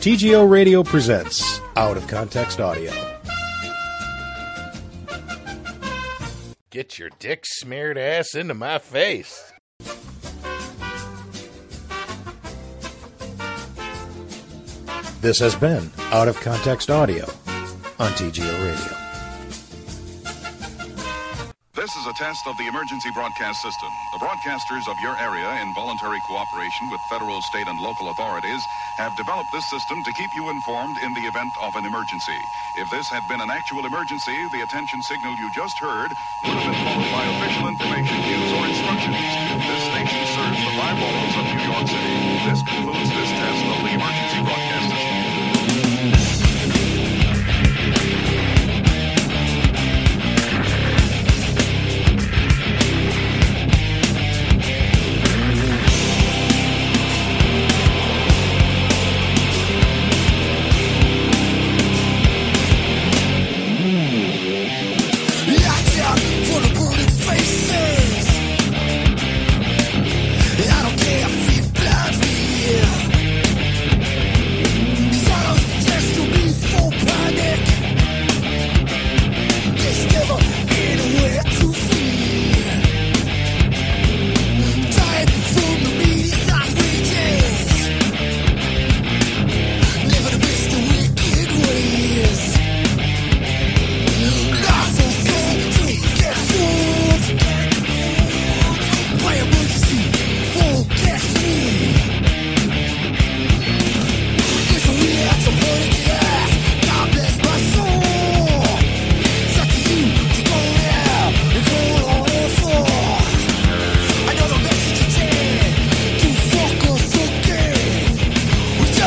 TGO Radio presents Out of Context Audio. Get your dick smeared ass into my face. This has been Out of Context Audio on TGO Radio. This is a test of the emergency broadcast system. The broadcasters of your area, in voluntary cooperation with federal, state, and local authorities, have developed this system to keep you informed in the event of an emergency. If this had been an actual emergency, the attention signal you just heard would have been followed by official information, news, or instructions. This station serves the five boroughs of New York City. This concludes this test of the emergency broadcast system. Watch out for the burning faces. I don't care if he blinds me. Shadows test to be for panic. There's never anywhere to flee. Dying from the meaty's outrages. Living amidst the wicked ways.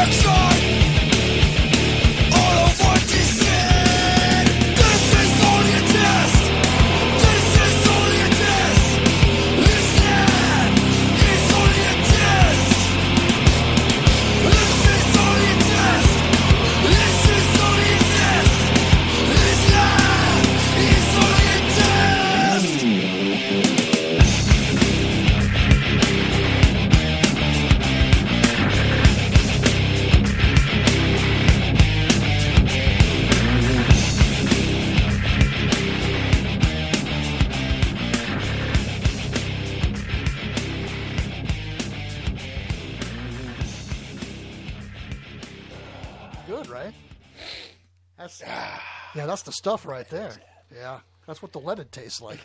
Sorry! All of what is said. This is only a test. This is only a test. Listen, it's only a test. This is only a test. This is only a test. Listen, it's only a test. Good, right? That's yeah, that's the stuff right there. Yeah, that's what the leaded tastes like.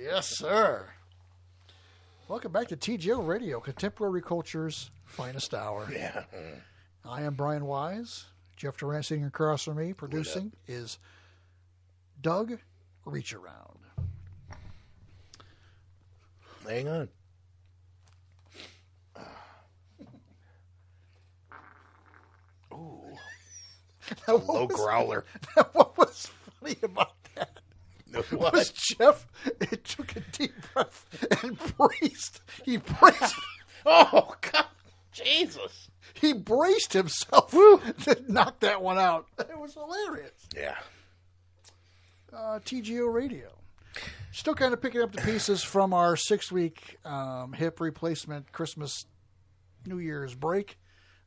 yes, sir. Welcome back to TGO Radio, Contemporary Culture's Finest Hour. Yeah. I am Brian Wise. Jeff Durant sitting across from me, producing is Doug Reach Around. Hang on. Low Oh, growler. what was funny about that? was What? Jeff it took a deep breath and braced. He braced. Oh God, Jesus. He braced himself to knock that one out. It was hilarious. Yeah. Uh, TGO Radio. Still kind of picking up the pieces from our six week um, hip replacement Christmas New Year's break.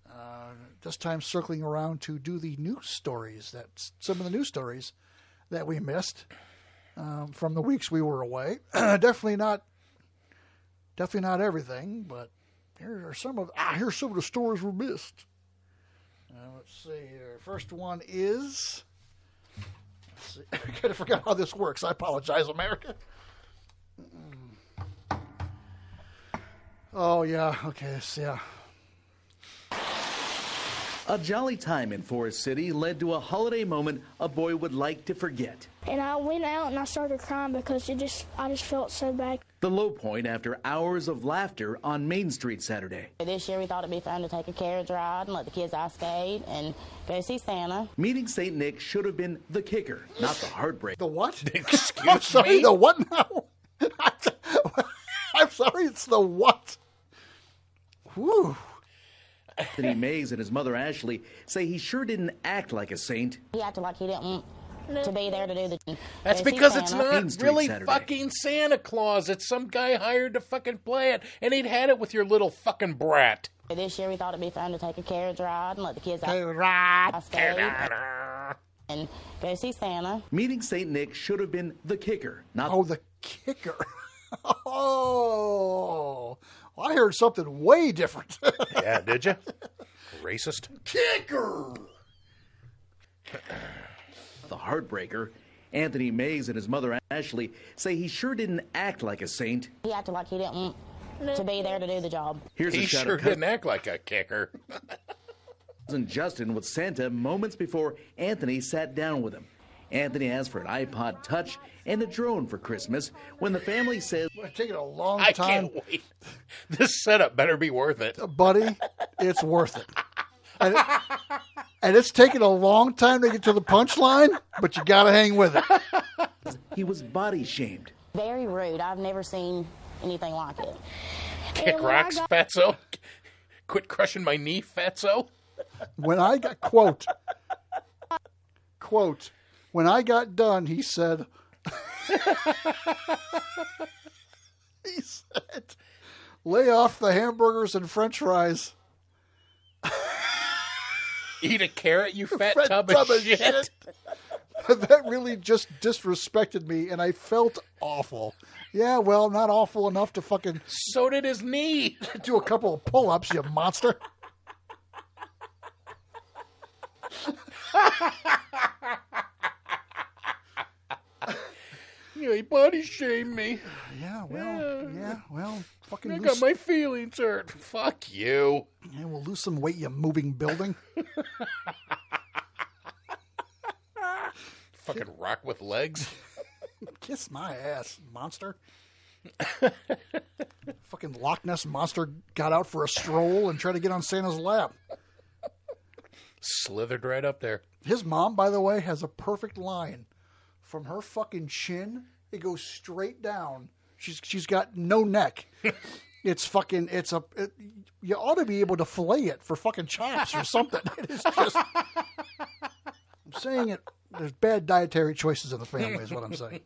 Uh, this time circling around to do the news stories that some of the news stories that we missed um, from the weeks we were away. definitely not, definitely not everything, but here are some of ah, here's some of the stories we missed. Uh, let's see here. First one is. I kind of forgot how this works. I apologize, America. Oh yeah, okay, uh, it's- yeah. A jolly time in Forest City led to a holiday moment a boy would like to forget. and I went out and I started crying because it just I just felt so bad. The low point after hours of laughter on Main Street Saturday. This year we thought it'd be fun to take a carriage ride and let the kids ice skate and go see Santa. Meeting St. Nick should have been the kicker, not the heartbreak. The what? Excuse I'm sorry, me. the what now? I'm sorry, it's the what. Whew. Anthony Mays and his mother Ashley say he sure didn't act like a saint. He acted like he didn't to be there to do the. That's There's because Santa. it's Main not Street really Saturday. fucking Santa Claus. It's some guy hired to fucking play it, and he'd had it with your little fucking brat. This year we thought it'd be fun to take a carriage ride and let the kids out outside and go see Santa. Meeting St. Nick should have been the kicker, not Oh, the kicker. oh, well, I heard something way different. Yeah, did you? Racist. kicker. the heartbreaker. Anthony Mays and his mother Ashley say he sure didn't act like a saint. He acted like he didn't want to be there to do the job. Here's He a shot sure of cousin didn't act like a kicker. Justin with Santa moments before Anthony sat down with him. Anthony asked for an iPod Touch and a drone for Christmas when the family says It's taking a long I time, Oh, can't wait. This setup better be worth it. buddy. It's worth it. And, it- and it's taking a long time to get to the punchline, but you got to hang with it. he was body shamed. Very rude. I've never seen anything like it. Kick rocks, fatso. Quit crushing my knee, fatso. When I got quote quote when I got done, he said. he said, "Lay off the hamburgers and French fries." Eat a carrot, you fat Fat tub, tub of of shit. shit. that really just disrespected me and I felt awful. Yeah, well, not awful enough to fucking So did his knee. do a couple of pull ups, you monster. Yeah, he body shamed me. Yeah, well, yeah, well, fucking I lose, got my feelings hurt. Fuck you. yeah, we'll lose some weight, you moving building. Fucking rock with legs. Kiss my ass, monster. fucking Loch Ness monster got out for a stroll and tried to get on Santa's lap. Slithered right up there. His mom, by the way, has a perfect line from her fucking chin. It goes straight down. She's she's got no neck. it's fucking. It's a. It, you ought to be able to fillet it for fucking chops or something. It is just. I'm saying it. There's bad dietary choices in the family, is what I'm saying.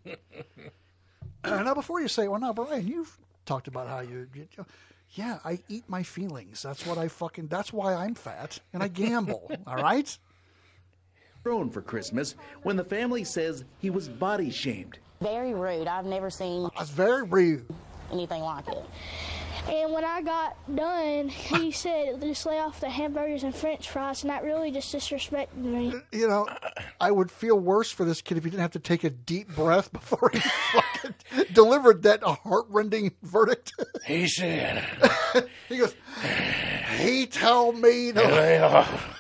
now, before you say, well, now, Brian, you've talked about how you, you, yeah, I eat my feelings. That's what I fucking. That's why I'm fat and I gamble. all right. Drone for Christmas when the family says he was body shamed. Very rude. I've never seen That's very rude. anything like it. And when I got done, he said, just lay off the hamburgers and french fries, and that really just disrespected me. You know, I would feel worse for this kid if he didn't have to take a deep breath before he fucking delivered that heartrending verdict. He said, he goes, He told me to. lay off.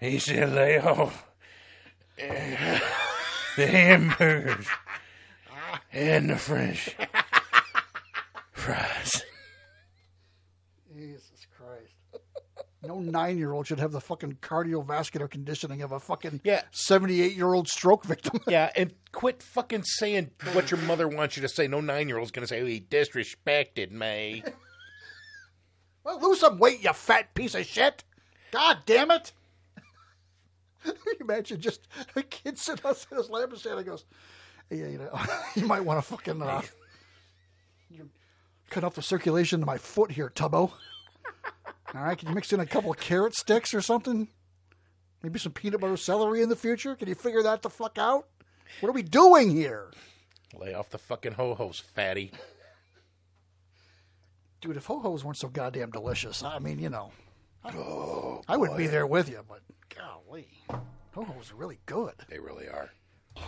He said, lay off the hamburgers and the French fries. Jesus Christ. No nine year old should have the fucking cardiovascular conditioning of a fucking Yeah. 78 year old stroke victim. Yeah, and quit fucking saying what your mother wants you to say. No nine year old's going to say, he disrespected me. well, lose some weight, you fat piece of shit. God damn it. Can you imagine just a kid sitting on his lap and Santa goes, yeah, you know, you might want to fucking uh, you cut off the circulation to my foot here, Tubbo. All right, can you mix in a couple of carrot sticks or something? Maybe some peanut butter celery in the future? Can you figure that the fuck out? What are we doing here? Lay off the fucking ho hos, fatty. Dude, if ho hos weren't so goddamn delicious, I mean, you know, I, I would be there with you, but golly, ho hos are really good. They really are.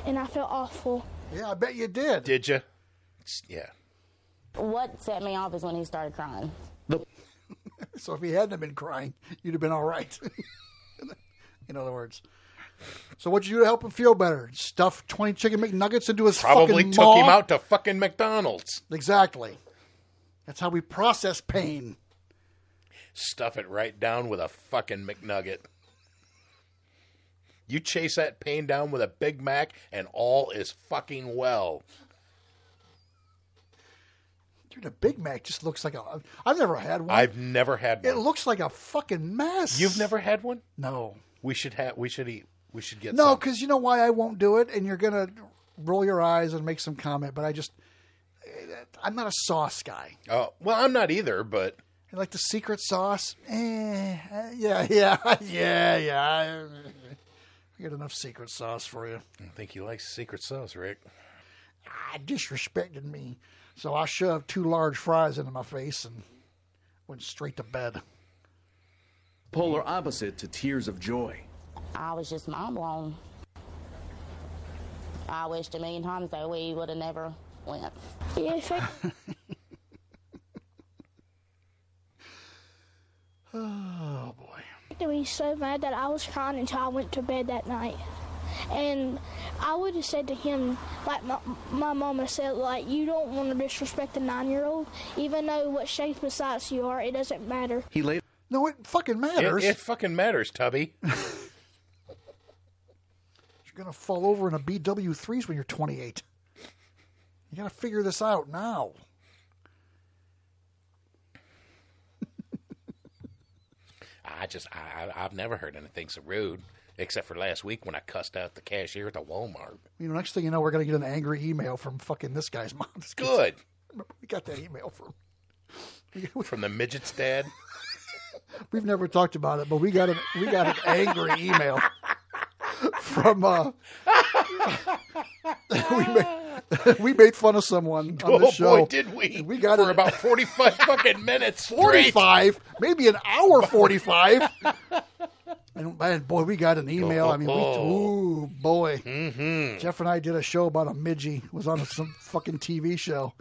And I felt awful. Yeah, I bet you did. Did you? Yeah. What set me off is when he started crying. So if he hadn't have been crying, you'd have been all right. In other words. So what'd you do to help him feel better? Stuff twenty chicken McNuggets into his Probably fucking took maw? him out to fucking McDonald's. Exactly. That's how we process pain. Stuff it right down with a fucking McNugget. You chase that pain down with a Big Mac, and all is fucking well. Dude, a Big Mac just looks like a. I've never had one. I've never had It one. looks like a fucking mess. You've never had one? No, We should have. We should eat. We should get No, some. because you know why I won't do it, and you're gonna roll your eyes and make some comment. But I just, I'm not a sauce guy. Oh, well, I'm not either, but I like the secret sauce. Eh, uh, yeah, yeah, yeah, yeah. I- I got enough secret sauce for you. I think he likes secret sauce, Rick. I disrespected me, so I shoved two large fries into my face and went straight to bed. Polar opposite to tears of joy. I was just mind blown. I wished a million times that we would have never went. Yeah, if I, Oh boy. to be so mad that I was crying until I went to bed that night. And I would have said to him, like my, my mama said, like, you don't want to disrespect a nine year old, even though what shape and size you are, it doesn't matter. He later No, it fucking It, matters. it fucking matters, Tubby. You're gonna fall over in a BW threes when you're 28. You gotta figure this out now. I just, I, I, I've never heard anything so rude, except for last week when I cussed out the cashier at the Walmart. You know, next thing you know, we're gonna get an angry email from fucking this guy's mom. This guy's- Good Remember, we got that email from. from the midget's dad. We've never talked about it, but we got an we got an angry email from. uh we, made, we made fun of someone on Oh this show. boy, did we! We got for it- about forty-five fucking minutes. straight. 45, maybe an hour 45. and, and boy, we got an email. I mean, we, Oh, ooh, boy. Mm-hmm. Jeff and I did a show about a midgie, was on some fucking TV show.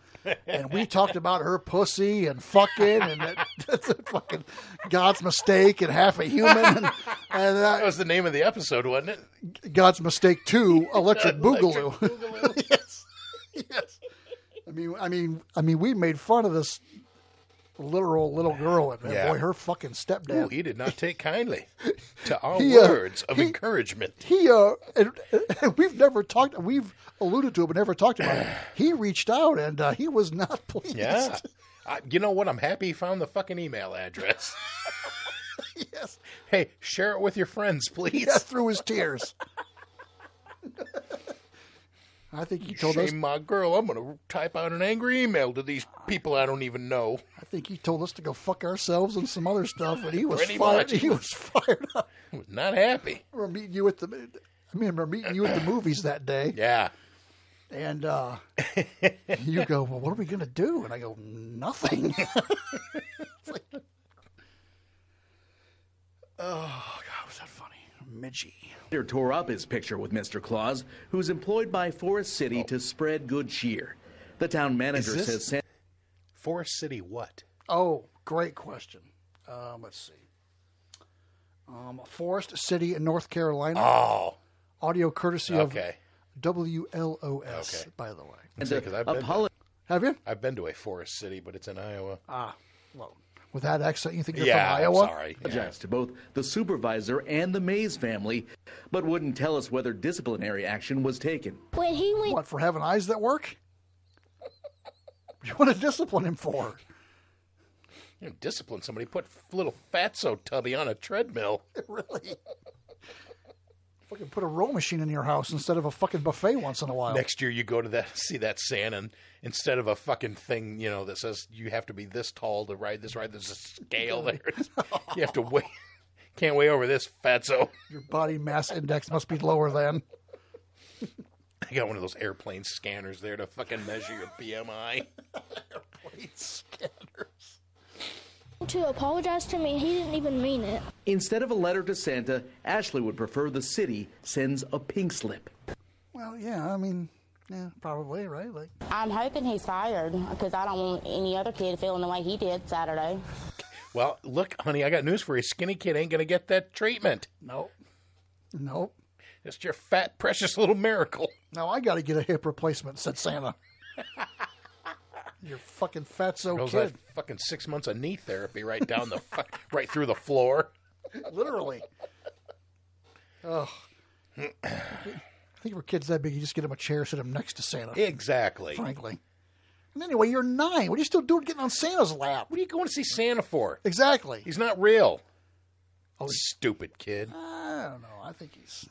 And we talked about her pussy and fucking and that, that's a fucking God's mistake and half a human and, and That uh, was the name of the episode, wasn't it? God's mistake two, electric boogaloo. Boogaloo. yes, yes. I mean, I mean, I mean, we made fun of this literal little girl, and man, Yeah. boy, her fucking Ooh, stepdad. he did not take kindly to our He, uh, words of he- encouragement. he, uh, and, and we've never talked. We've alluded to it, but never talked about it. He reached out, and uh, he was not pleased. Yeah. I, you know what? I'm happy he found the fucking email address. yes, hey, share it with your friends, please. yes, through his tears. I think he told Shame us. my girl. I'm going to type out an angry email to these people I don't even know. I think he told us to go fuck ourselves and some other stuff, and he was Pretty fired. much. He was fired up. I was not happy. I remember meeting you at the. I mean, I remember meeting you at the movies that day, Yeah. and uh, you go, "Well, what are we gonna do?" And I go, "Nothing." It's like- oh God, was that funny, Midgey? tore up his picture with Mr. Claus, who's employed by Forest City to spread good cheer. The town manager this- says Santa Forest City, what? Oh, great question. Um, let's see. Um, Forest City in North Carolina. Oh, Audio courtesy okay. of WLOS. Okay. By the way, Because I've, been, apologizes have you? I've been to a Forest City, but it's in Iowa. Well, with that accent, you think you're yeah, from Iowa? I'm sorry. Yeah. to both the supervisor and the Mays family, but wouldn't tell us whether disciplinary action was taken. When he went What for having eyes that work? What do you want to discipline him for? You know, discipline somebody. Put little fatso tubby on a treadmill. really? fucking put a row machine in your house instead of a fucking buffet once in a while. Next year, you go to that, see that Santa, and instead of a fucking thing, you know, that says you have to be this tall to ride this ride, there's a scale there. you have to weigh. Can't weigh over this fatso. Your body mass index must be lower than. I got one of those airplane scanners there to fucking measure your BMI. to apologize to me, he didn't even mean it. Instead of a letter to Santa, Ashley would prefer the city sends a pink slip. Well, yeah, I mean, yeah, probably, right? Like, I'm hoping he's fired because I don't want any other kid feeling the way he did Saturday. Well, look, honey, I got news for you. Skinny kid ain't gonna get that treatment. nope. Nope. It's your fat, precious little miracle. Now I got to get a hip replacement, said Santa. Your fucking fatso Those kid. that fucking six months of knee therapy right down the, fu- right through the floor. literally. Oh, I think for kids that big, you just get them a chair, sit them next to Santa. Exactly. Frankly, and anyway, you're nine. What are you still doing getting on Santa's lap? What are you going to see Santa for? Exactly. Oh, He's not real. Stupid kid. I don't I think he's.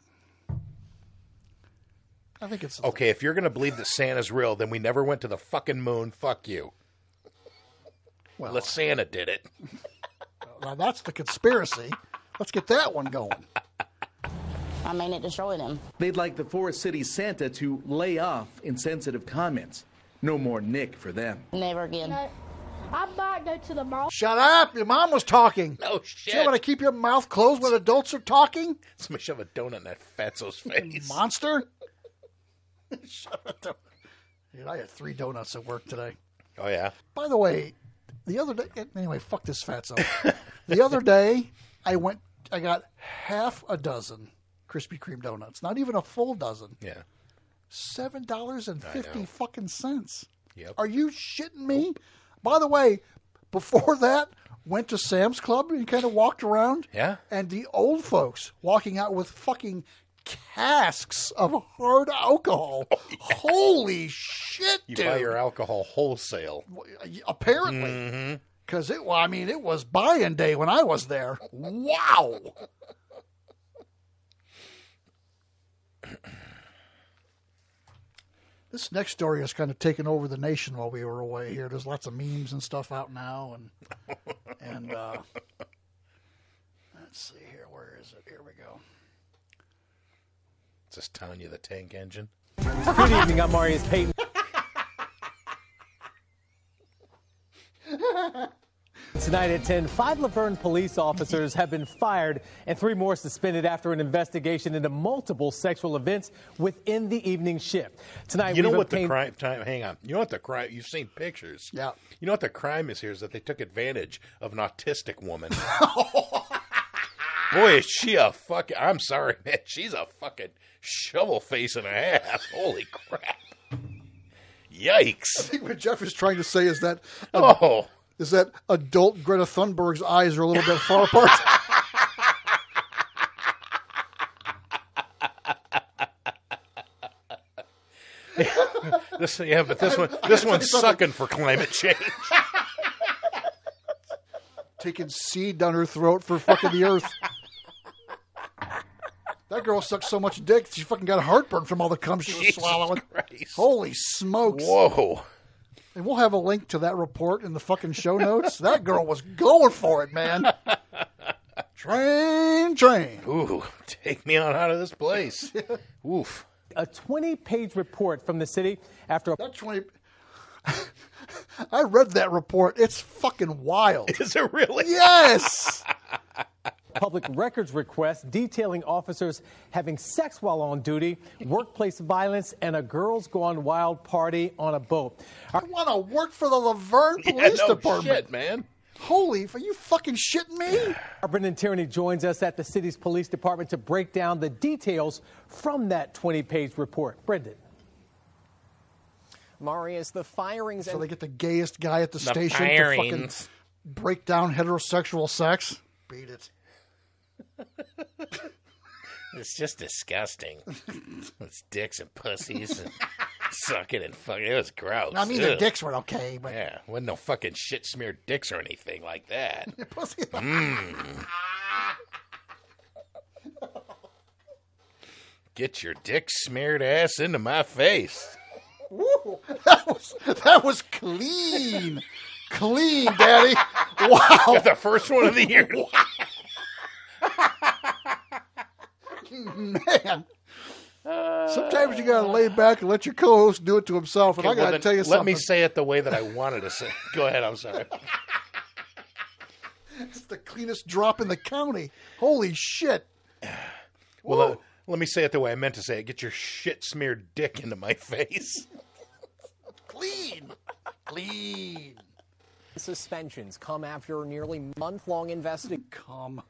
I think it's Okay, if you're going to believe that Santa's real, then we never went to the fucking moon. Fuck you. Well- Unless Santa did it. Now that's the conspiracy. Let's get that one going. I mean, it destroyed him. They'd like the Forest City Santa to lay off insensitive comments. No more Nick for them. Never again. No, I might go to the mall. Shut up! Your mom was talking. Oh, You shit. want to keep your mouth closed when adults are talking? Somebody shove a donut in that fatso's face. Monster. Shut up! don't- Dude, I had three donuts at work today. Oh, yeah. By the way, the other day, anyway, fuck this fatso. the other day, I went, I got half a dozen Krispy Kreme donuts, not even a full dozen. Yeah. Seven dollars and fifty fucking cents. Yep. Are you shitting me? By the way, before that, went to Sam's Club and kind of walked around. Yeah. And the old folks walking out with fucking casks of hard alcohol. Holy shit, Oh, You dude! buy your alcohol wholesale. apparently because it well, i mean it was buying day when i was there wow this next story has kind of taken over the nation while we were away here there's lots of memes and stuff out now and and uh let's see here where is it here we go It's just Tanya the Tank Engine. Good evening, I'm Marius Payton. Tonight at 10, five Laverne police officers have been fired and three more suspended after an investigation into multiple sexual events within the evening shift. Tonight, You know we've what the obtained- crime time hang on. You know what the crime you've seen pictures. Yeah. You know what the crime is here is that they took advantage of an autistic woman. Boy, is she a fucking I'm sorry, man. She's a fucking shovel face and a half. Holy crap. Yikes. what jeff is trying to say is that uh, Oh. is that adult greta thunberg's eyes are a little bit far apart This yeah, but this one this one's sucking for climate change. taking seed down her throat for fucking the earth. that girl sucked so much dick she fucking got heartburn from all the cum she was Jesus swallowing. Christ. Holy smokes! Whoa. And we'll have a link to that report in the fucking show notes. that girl was going for it, man. Train, train. Ooh, take me on out of this place. Oof. a 20 page report from the city after a That twenty. I read that report. It's fucking wild. Is it really? Yes. public records request detailing officers having sex while on duty, workplace violence, and a girls gone wild party on a boat. I want to work for the Laverne Yeah, Police no Department. shit, man. Holy, f- are you fucking shitting me? Our Brendan Tierney joins us at the city's police department to break down the details from that 20 page report. Brendan. Marius, the firings So and they get the gayest guy at the, station to fucking firings. break down heterosexual sex. Beat it. It's just disgusting. it's dicks and pussies and sucking and fucking. It was gross. I mean, the Ugh. dicks were okay, but Yeah, wasn't no fucking shit smeared dicks or anything like that. pussy. Get your dick smeared ass into my face. Woo! That was that was clean, clean, daddy. Wow, The first one of the year. man. Sometimes you gotta lay back and let your co-host do it to himself. And I Well, gotta then tell you let something. me say it the way that I wanted to say. it. Go ahead. I'm sorry. it's the cleanest drop in the county. Holy shit! Well, uh, let me say it the way I meant to say it. Get your shit smeared dick into my face. Clean, clean. suspensions come after a nearly month-long investigation Come.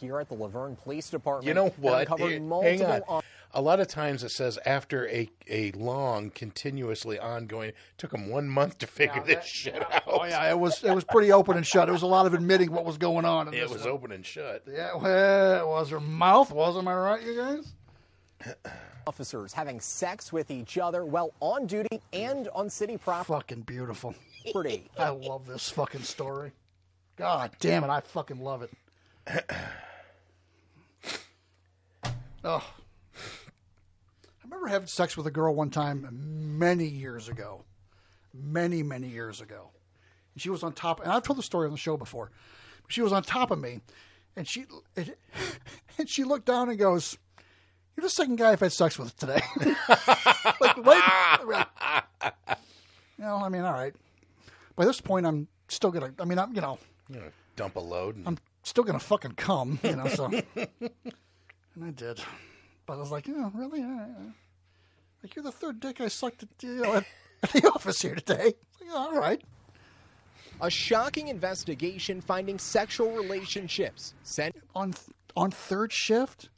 here at the Laverne Police Department. You know that what? uncovered It- hang multiple on. on- A lot of times it says after a a long, continuously ongoing. Took them one month to figure this shit out. Oh yeah, it was it was pretty open and shut. It was a lot of admitting what was going on. In It this was one. open and shut. Yeah, well, it was her mouth was. Am I right, you guys? officers having sex with each other while on duty and on city Fucking beautiful. property. I love this fucking story. God damn it, I fucking love it. Oh. I remember having sex with a girl one time many years ago. Many, many years ago. And she was on top and I've told the story on the show before. She was on top of me and she and she looked down and goes, You're the second guy I've had sex with today. like right right. Well, I mean, all right. By this point I'm still gonna I mean I'm you know You know, dump a load. And, I'm still gonna fucking come, you know. So, and I did, but I was like, yeah, really? All right, all right." Like you're the third dick I sucked at, you know, at, at the office here today. Like, all right. A shocking investigation finding sexual relationships sent on on third shift.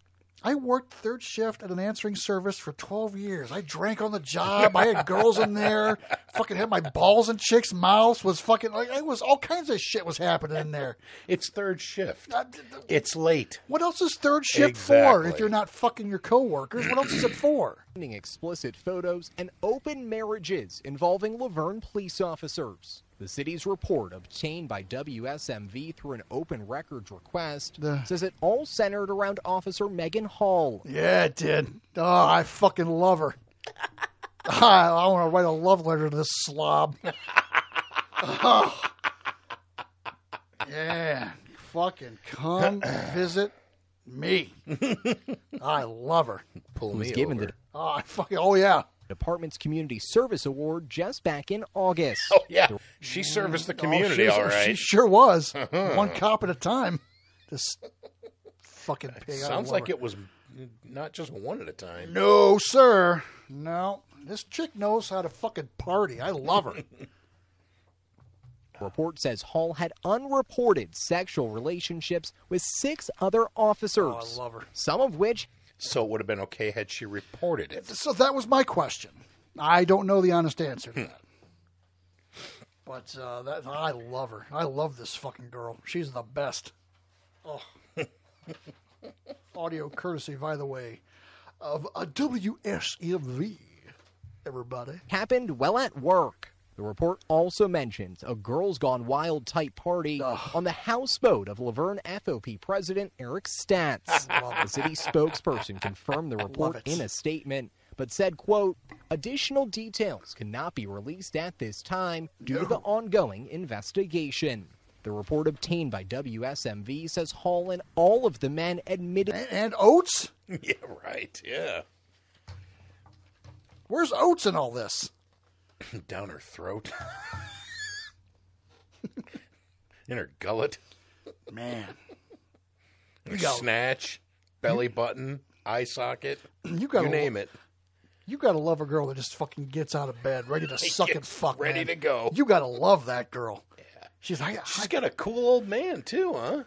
I worked third shift at an answering service for 12 years. I drank on the job. I had girls in there. Fucking had my balls in chicks' mouths. Was fucking like it was all kinds of shit was happening in there. it's third shift. It's late. What else is third shift for if Exactly. you're not fucking your coworkers? What else is it for? finding explicit photos and open marriages involving Laverne police officers. The city's report, obtained by WSMV through an open records request, says it all centered around Officer Megan Hall. Yeah, it did. Oh, I fucking love her. I, want to write a love letter to this slob. Oh. Yeah, fucking come visit me. I love her. Pull was me given over. the Oh, I fucking. Oh yeah. department's Community Service Award just back in August. Oh yeah, she serviced the community. Oh, she- all She right. sure was. One cop at a time. This fucking pig. I Sounds love like her. it was not just one at a time. No, sir. No. This chick knows how to fucking party. I love her. Report says Hall had unreported sexual relationships with six other officers. Oh, I love her. Some of which So it would have been okay had she reported it. So that was my question. I don't know the honest answer to that. But uh, that I love her. I love this fucking girl. She's the best. Oh. Audio courtesy, by the way, of a WSMV. Everybody. happened well at work. The report also mentions a girls gone wild type party on the houseboat of Laverne FOP president Eric Stantz. the city spokesperson confirmed the report it. in a statement, but said, quote, additional details cannot be released at this time due to the ongoing investigation. The report obtained by WSMV says Hall and all of the men admitted And, and Oates? Yeah, right. Yeah, Where's Oates in all this? down her throat, in her gullet, Man. her got- snatch, belly button, eye socket. You got you name it. You gotta love a girl that just fucking gets out of bed, ready to suck and gets fuck, ready man. to go. You gotta love that girl. She's like, She's got a cool old man too, huh?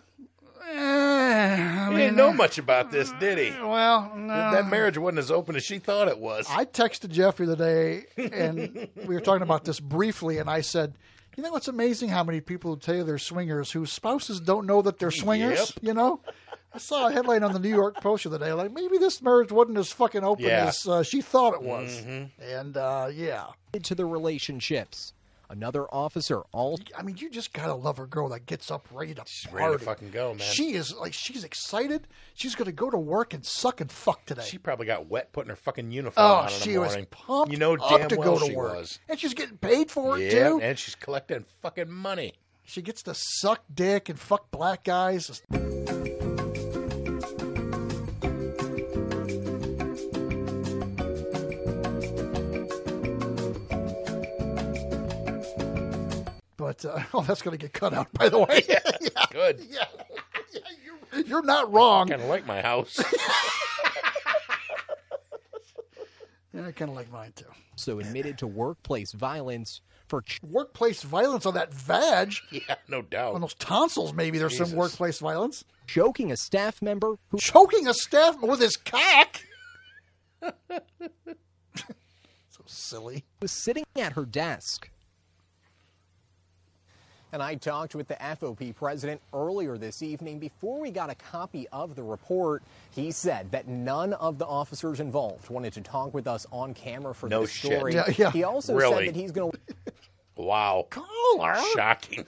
I, He didn't know much about this, did he? Uh, well, no. That marriage wasn't as open as she thought it was. I texted Jeff the other day, and we were talking about this briefly, and I said, you know, it's amazing how many people who tell you they're swingers whose spouses don't know that they're swingers. You know, I saw a headline on the New York Post the other day, like maybe this marriage wasn't as fucking open Yeah. Mm-hmm. as uh, she thought it was, and uh, yeah. to the relationships. Another officer also I mean, you just gotta love a girl that gets up ready to she's ready to fucking go, man. She is like she's excited. She's gonna go to work and suck and fuck today. She probably got wet putting her fucking uniform oh, on in the she was morning. pumped. You know up damn to well go to she work, was. and she's getting paid for it Yeah, too. and she's collecting fucking money. she gets to suck dick and fuck black guys. But uh, oh, that's gonna get cut out. By the way, Good. you're not wrong. Kind of like my house. Yeah, I kind of like mine too. admitted to workplace violence for ch- Workplace violence on that vag, yeah, no on doubt. those tonsils. Maybe there's some Jesus. workplace violence. choking a staff member who Choking a staff with his cock. so silly. was sitting at her desk. And I talked with the FOP president earlier this evening before we got a copy of the report. He said that none of the officers involved wanted to talk with us on camera for No this shit. story. Yeah, yeah. He also Really? said that he's going to Wow. Caller. Shocking.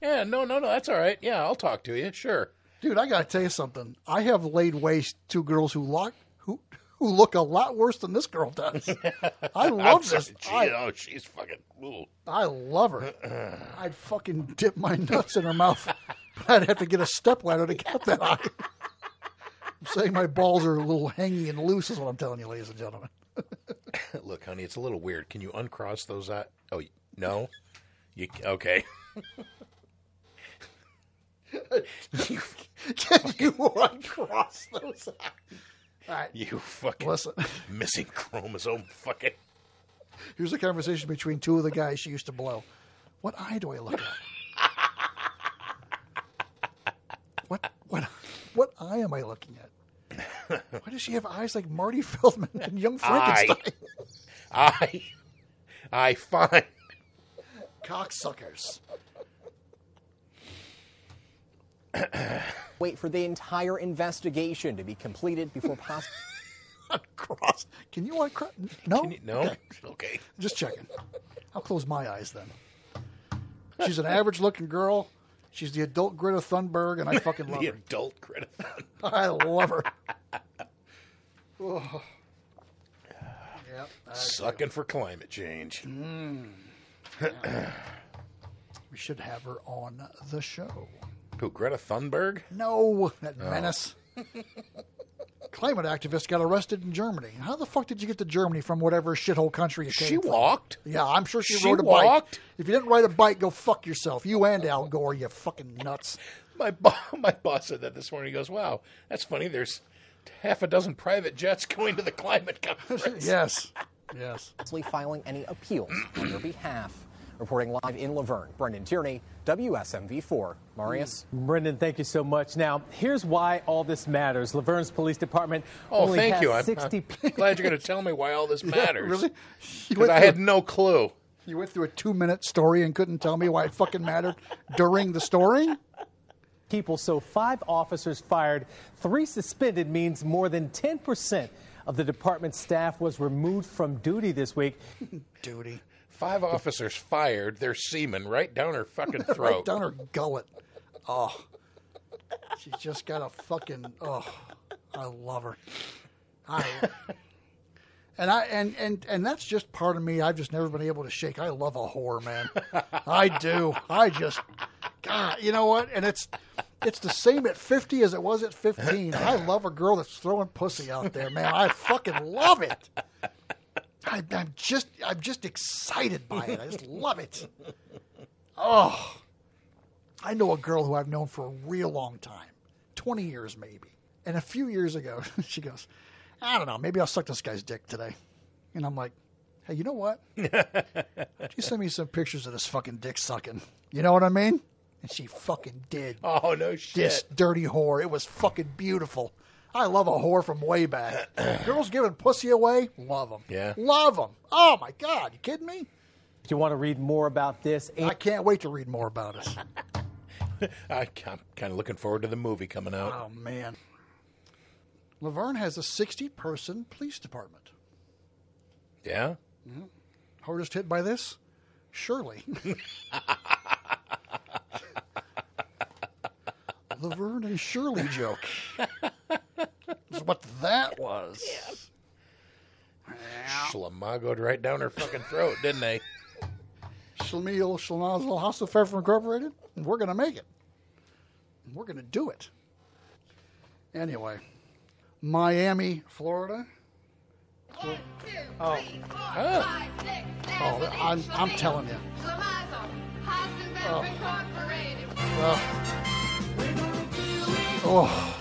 Yeah, no, no, no. That's all right. Yeah, I'll talk to you. Sure. Dude, I gotta tell you something. I have laid waste to girls who look who who look a lot worse than this girl does. I love this. She, I, oh, she's fucking. Ooh. I love her. I'd fucking dip my nuts in her mouth. I'd have to get a stepladder to get that out. I'm saying my balls are a little hanging and loose is what I'm telling you, ladies and gentlemen. Look, honey, it's a little weird. Can you uncross those? Eye- oh, y- no. You okay? Can you uncross those? eyes? All right. You fucking Listen. missing chromosome. Fucking. Here's a conversation between two of the guys she used to blow. What eye do I look at? What what what eye am I looking at? Why does she have eyes like Marty Feldman and Young Frankenstein? I. I find. Cocksuckers. Wait for the entire investigation to be completed before possible. Cross. Can you uncross? No, No. Okay. just checking. I'll close my eyes then. She's an average-looking girl. She's the adult Greta Thunberg, and I fucking love The her. adult credit. fund. I love her. Oh. Yep, I- Sucking for climate change. we should have her on the show. Who? Greta Thunberg? No, that Oh. menace. Climate activist got arrested in Germany. How the fuck did you get to Germany from whatever shithole country you came She from? walked. Yeah, I'm sure she, She rode a walked? bike. If you didn't ride a bike, go fuck yourself. You and Al Gore, you fucking nuts. My bo- my boss said that this morning. He goes, "Wow, that's funny. There's half a dozen private jets going to the climate conference." Yes. Yes. possibly filing any appeals on your behalf. Reporting live in Laverne, Brendan Tierney, WSMV4. Marius? Brendan, thank you so much. Now, here's why all this matters. Laverne's police department Oh, only thank has you. I'm, 60 I'm glad you're going to tell me why all this matters. Really? You Because went, I through, had no clue. you went through a two minute story and couldn't tell me why it fucking mattered during the story? people, so five officers fired, three suspended means more than 10% of the department's staff was removed from duty this week. Duty. Five officers fired their seaman right down her fucking throat. Right down her gullet. Oh. She's just got a fucking oh I love her. I and I and, and and that's just part of me I've just never been able to shake. I love a whore, man. I do. I just God, you know what? And it's it's the same at fifty as it was at fifteen. I love a girl that's throwing pussy out there, man. I fucking love it. I, I'm just I'm just excited by it. I just love it. Oh, I know a girl who I've known for a real long time, 20 years maybe. And a few years ago, she goes, I don't know, maybe I'll suck this guy's dick today. And I'm like, hey, you know what? Why don't you send me some pictures of this fucking dick sucking? You know what I mean? And she fucking did. Oh no shit! This dirty whore. It was fucking beautiful. I love a whore from way back. Girls giving pussy away, love them. Yeah. Love them. Oh my God, you kidding me? If you want to read more about this, I can't wait to read more about it. I, am kind of looking forward to the movie coming out. Oh man. Laverne has a 60 person police department. Yeah, Hardest hit by this? Surely. Laverne and Shirley joke. is what that was. Schlamagoed right down her fucking throat, didn't they? Shlemiel Shlemazel Hasselpfeffer Incorporated. And we're going to make it. And We're going to do it. Anyway, Miami, Florida. Oh, I'm, I'm telling you. Oh.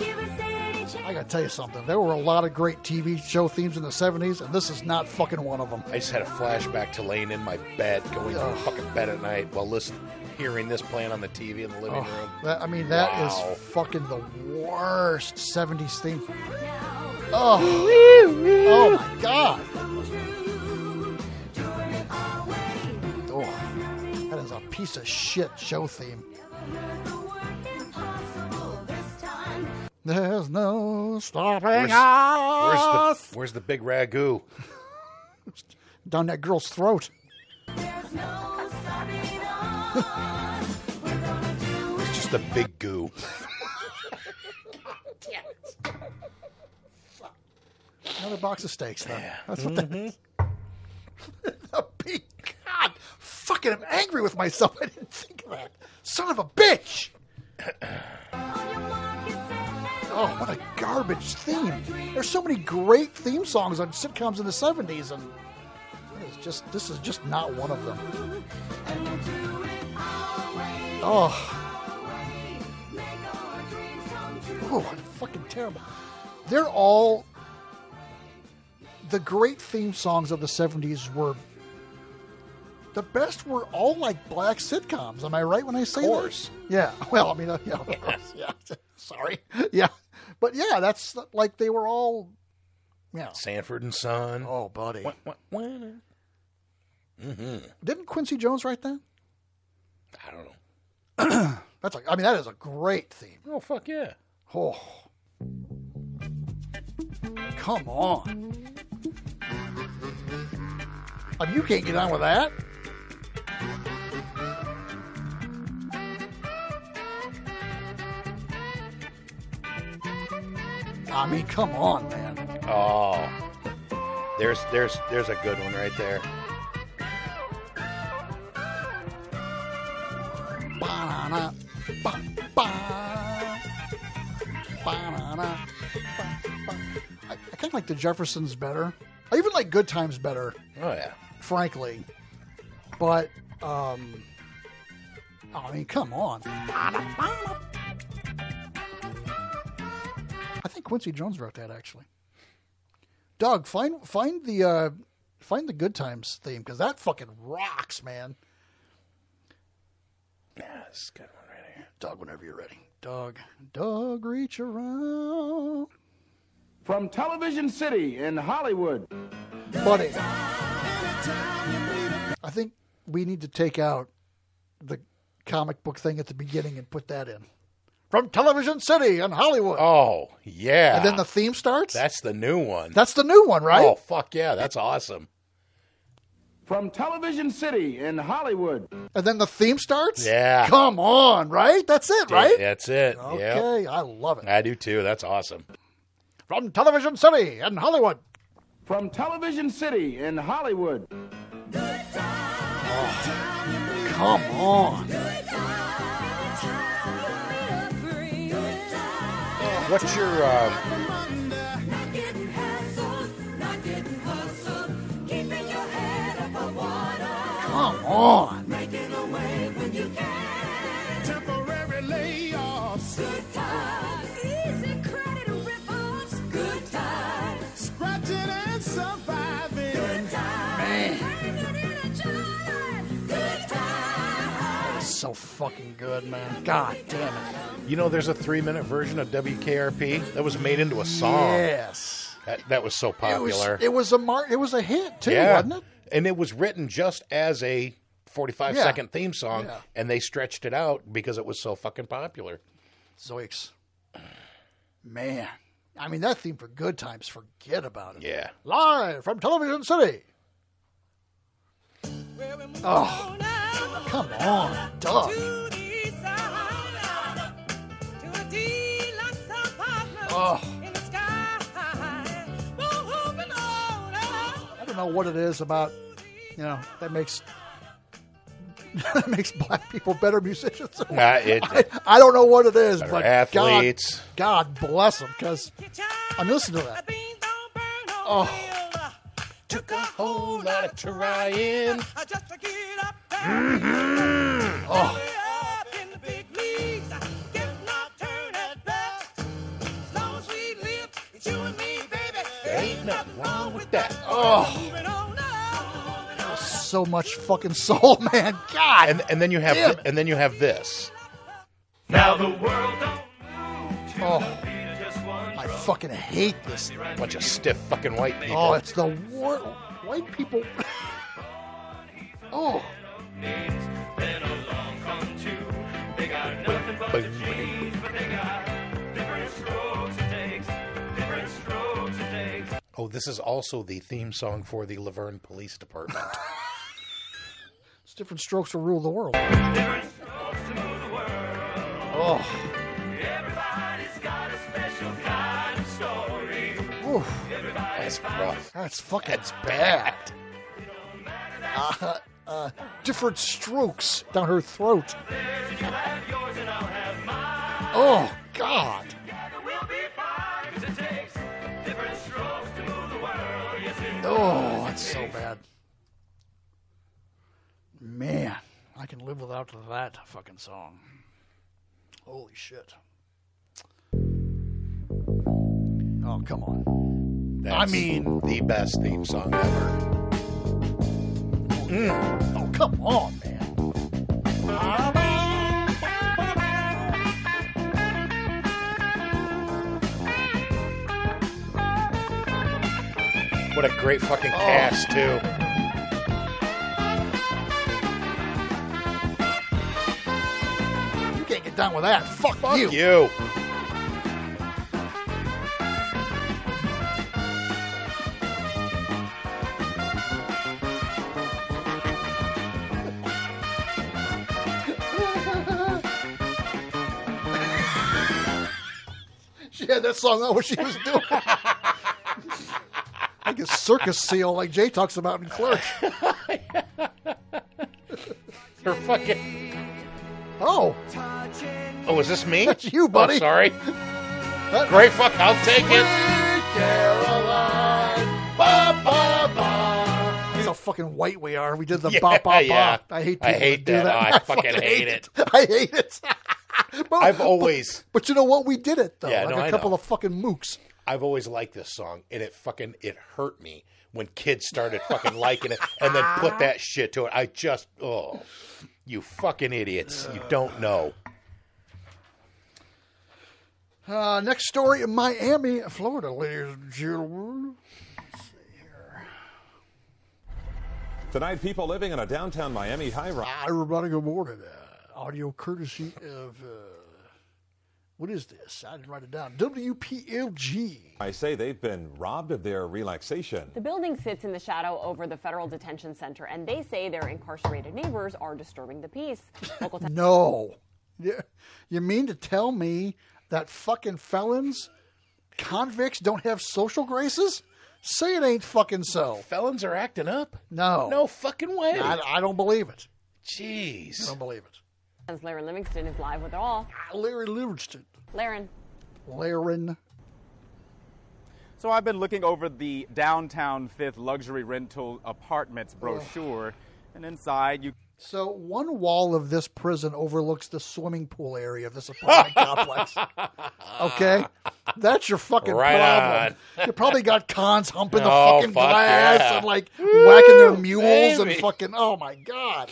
I gotta tell you something. There were a lot of great TV show themes in the 70s, and this is not fucking one of them. I just had a flashback to laying in my bed, going to fucking bed at night while listening, hearing this playing on the TV in the living room. Oh, That, I mean, that is Wow. fucking the worst 70s theme. Oh, oh my god. Oh, that is a piece of shit show theme. There's no stopping Where's, where's the where's the big ragu? down that girl's throat. It's just the big goo. Yeah. Another box of steaks, though. That's what that is. the big God, fucking, I'm angry with myself. I didn't think of that. Son of a bitch. oh, what a garbage theme. There's so many great theme songs on sitcoms in the '70s, and it's just this is just not one of them. Oh. Oh, what fucking terrible. They're all the great theme songs of the 70s were the best were all like black sitcoms. Am I right when I say that? course. Yeah. Well, I mean, uh, yeah, of course. Yeah. Sorry. Yeah. But yeah, that's like they were all yeah. Sanford and Son. Oh, buddy. Mm-hmm. Mm-hmm. Didn't Quincy Jones write that? I don't know. That's like I mean, that is a great theme. Oh fuck yeah! Oh. Come on. Um, you can't get on with that. I mean, come on, man. Oh, there's there's there's a good one right there. Ba-na-na, ba-ba, ba-na-na, ba-ba. I, I kind of like the Jeffersons better. I even like Good Times better. Oh yeah. frankly. But um, I mean, come on. I think Quincy Jones wrote that actually. Doug, find find the uh, find the Good Times theme because that fucking rocks, man. Yeah, this is a good one right here. Doug, whenever you're ready. Doug, Doug, reach around, From Television City in Hollywood. buddy. I think we need to take out the comic book thing at the beginning and put that in from Television City in Hollywood. Oh yeah. And then the theme starts? that's the new one. That's the new one, right? oh fuck yeah! That's awesome. From Television City in Hollywood. And then the theme starts? Yeah. Come on, right? That's it, right? That's it. Yeah. Okay, I love it. I do too. That's awesome. From Television City in Hollywood. From Television City in Hollywood. Oh, Come on. What's your uh, Come on. Temporary layoffs. Good times. Easy credit ripples. Good times. Scratching and surviving. Good times. Hanging in a giant. Good times. So fucking good, man. God damn it. you know? There's a three minute version of WKRP that was made into a song. Yes. That, that was so It was, Oh. popular. it was a mar- it was a hit too, yeah, wasn't it? and it was written just as a 45 Yeah. second theme song, Yeah. and they stretched it out because it was so fucking popular. Zoiks. Man. I mean that theme for good times, forget about it. Yeah. Live from Television City. Oh, come on, Doug. Oh. I don't know what it is about, you know, that makes that makes black people better musicians. Nah, it- I, I don't know what it is, Better but athletes. God, God bless them, because I'm listening to that. Oh. Took a whole lot of trying. Mm-hmm. Just to get up there. Oh, Up in the big leagues. Get not turned at back. As long as we live, it's you and me, baby. There ain't nothing wrong with that. Oh. Moving on up. moving on so much fucking soul, man. God. And and then you have Damn thi- it. and then you have this. Oh, I fucking hate this. Bunch of stiff fucking white people. Oh, it's the wor- white people. oh, Oh, this is also the theme song for the Laverne Police Department. it's different strokes to rule the world. Oh, Everybody's got a special That's rough. That's fucking bad. Uh, uh, different strokes down her throat. Oh God. Oh, that's so bad. Man, I can live without that fucking song. Holy shit. Oh, come on. That's I mean, the best theme song ever. Mm. Oh, come on, man. What a great Oh, fucking cast, too. You can't get down with that. Fuck, you. You. She had that song on what she was doing. like a circus seal, like Jay talks about in Clerk. Her fucking. Oh, Oh, is this me? That's you, buddy. Oh, sorry. Great fuck, I'll take it. Caroline, ba ba ba. That's how fucking white we are. We did the Yeah, ba ba yeah. ba. I hate. I people hate do that. Oh, that. I fucking hate I hate it. But- I've but- always- But, you know what? We did it though. Yeah, like no, a I couple know. of fucking mooks. I've always liked this song, and it fucking it hurt me when kids started fucking liking it, and then put that shit to it. I just oh, you fucking idiots! You don't know. Uh, next story in Miami, Florida, ladies and gentlemen. Tonight, people living in a downtown Miami high Hi, rise. Everybody, good morning. Uh, audio courtesy of uh, what is this? I didn't write it down. WPLG. I say they've been robbed of their relaxation. The building sits in the shadow over the federal detention center, and they say their incarcerated neighbors are disturbing the peace. Local te- No, you, you mean to tell me that fucking felons, convicts don't have social graces? Say it ain't fucking so. Felons are acting up. No, No fucking way. I, I don't believe it. Jeez, I don't believe it. Larry Livingston is live with it all. Larry Livingston. Laren. Laren. So I've been looking over the downtown fifth luxury rental apartments brochure, and inside you So one wall of this prison overlooks the swimming pool area of this apartment complex. Okay, that's your fucking Right problem. You probably got cons humping the Oh, fucking fuck glass yeah. and like whacking their mules and baby. fucking. Oh my god,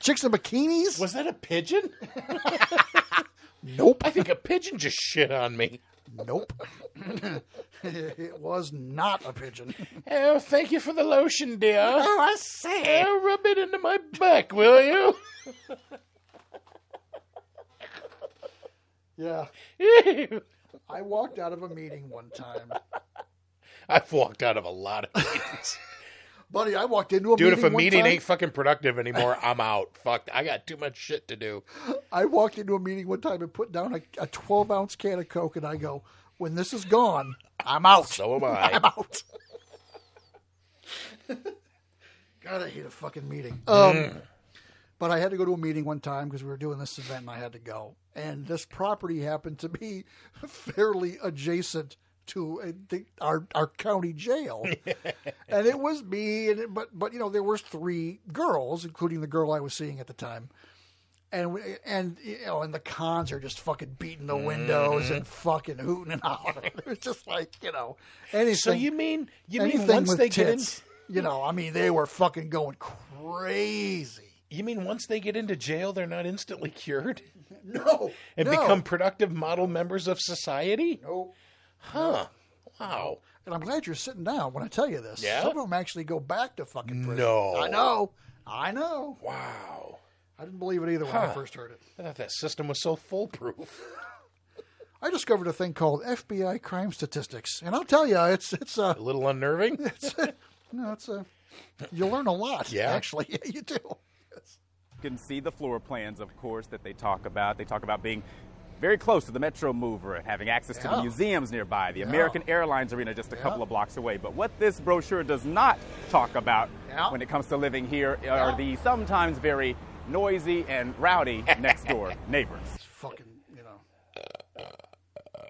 chicks in bikinis. Was that a pigeon? nope. I think a pigeon just shit on me. Nope. it was not a pigeon. Oh, thank you for the lotion, dear. Oh, I see. Oh, rub it into my back, will you? Yeah. I walked out of a meeting one time, I've walked out of a lot of meetings. buddy. I walked into a Dude, meeting if a one meeting time- ain't fucking productive anymore, I'm out. Fuck, I got too much shit to do. I walked into a meeting one time and put down a, a 12 ounce can of Coke, and I go, when this is gone, I'm out. So am I. I'm out. God, I hate a fucking meeting. Um, But I had to go to a meeting one time because we were doing this event and I had to go. And this property happened to be fairly adjacent to uh the, our our county jail, and it was me. And it, but but you know there was three girls, including the girl I was seeing at the time, and we, and you know and the cons are just fucking beating the windows and Mm-hmm. fucking hooting and hollering. It's just like you know anything. So you mean you mean anything once with they tits, get you know, I mean they were fucking going crazy. in, you mean once they get into jail, they're not instantly cured No, and no. become productive model members of society? No. Huh? Wow. And I'm glad you're sitting down when I tell you this. Yeah? Some of them actually go back to fucking prison. No. I know. I know. Wow. I didn't believe it either when I Huh. first heard it. I thought that system was so foolproof. I discovered a thing called FBI crime statistics, and I'll tell you, it's it's uh, A little unnerving. no, it's uh, you learn a lot. Yeah? actually, yeah, you do. can see the floor plans, of course, that they talk about. They talk about being very close to the Metro Mover and having access to the Yeah. museums nearby, the Yeah. American Airlines Arena just a couple of blocks away. But what this brochure does not talk about Yeah. when it comes to living here are the sometimes very noisy and rowdy next door neighbors. Fucking, you know,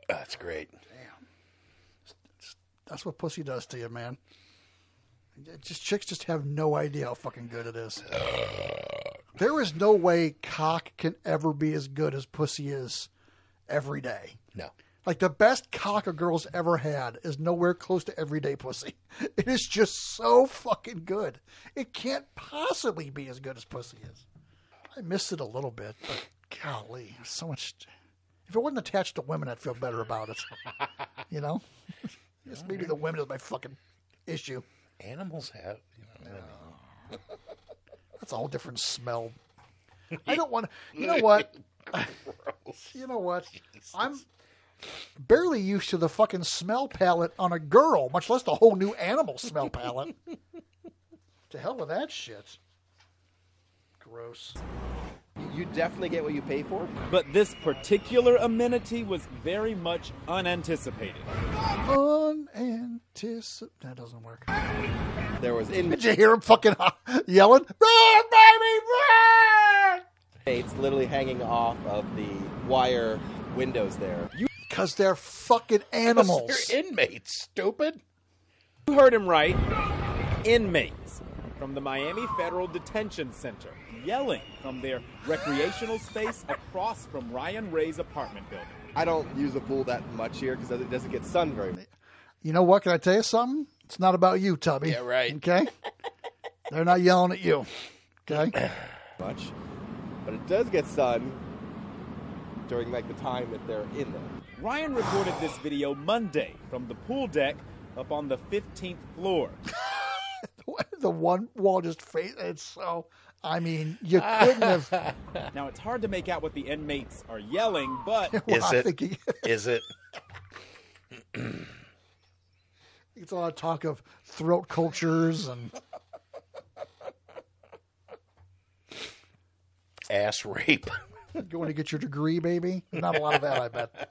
That's great. that's what pussy does to you, man. It Just chicks just have no idea how fucking good it is. There is no way cock can ever be as good as pussy is every day. No. Like the best cock a girl's ever had is nowhere close to everyday pussy. It is just so fucking good. It can't possibly be as good as pussy is. I missed it a little bit, but golly, so much. If it wasn't attached to women, I'd feel better about it. you know, yes, maybe the women is my fucking issue. Animals have. You know, That's a whole different smell. I don't want. You know what? you know what? I'm barely used to the fucking smell palette on a girl, much less the whole new animal smell palette. to hell with that shit. Gross. You definitely get what you pay for. But this particular amenity was very much unanticipated. Unanticipated. That doesn't work. There was in Did you hear him fucking yelling? Run, baby, run! It's literally hanging off of the wire windows there. You Because they're fucking animals. They're inmates, stupid. You heard him right. Inmates from the Miami Federal Detention Center yelling from their recreational space across from Ryan Ray's apartment building. I don't use a pool that much here because it doesn't get sun very much. You know what? Can I tell you something? It's not about you, Tubby. Yeah, right. Okay? They're not yelling at you. Okay? Much, but it does get sun during like the time that they're in there. Ryan recorded this video Monday from the pool deck up on the 15th floor. the one wall just face. It's so. I mean, you couldn't have. Now it's hard to make out what the inmates are yelling, but Well, Is I it? think he- Is it? It's a lot of talk of throat cultures and Ass rape. going to get your degree, baby. Not a lot of that, I bet.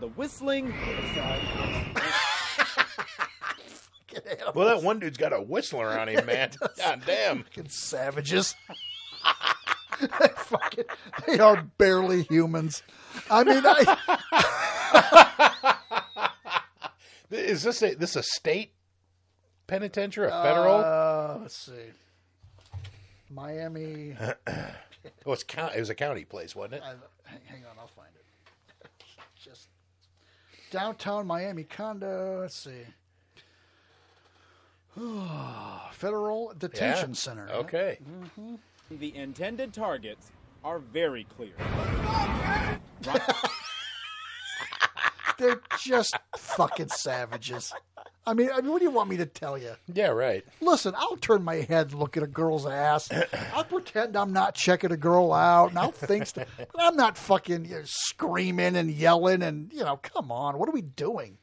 the whistling. Well, that one dude's got a whistler on him, man. God damn. Fucking savages. they, fucking, they are barely humans. I mean, I, Is this a this a state penitentiary, a federal? Uh, let's see. Miami. oh, it's count. It was a county place, wasn't it? I, hang, hang on, I'll find it. Just downtown Miami condo. Let's see. Federal Detention Center. Mm-hmm. hmm The intended targets are very clear. They're just fucking savages. I mean, I mean, what do you want me to tell you? Yeah, right. Listen, I'll turn my head and look at a girl's ass. I'll pretend I'm not checking a girl out, and I'll think stuff. But I'm not fucking you know, screaming and yelling and, you know, come on. What are we doing?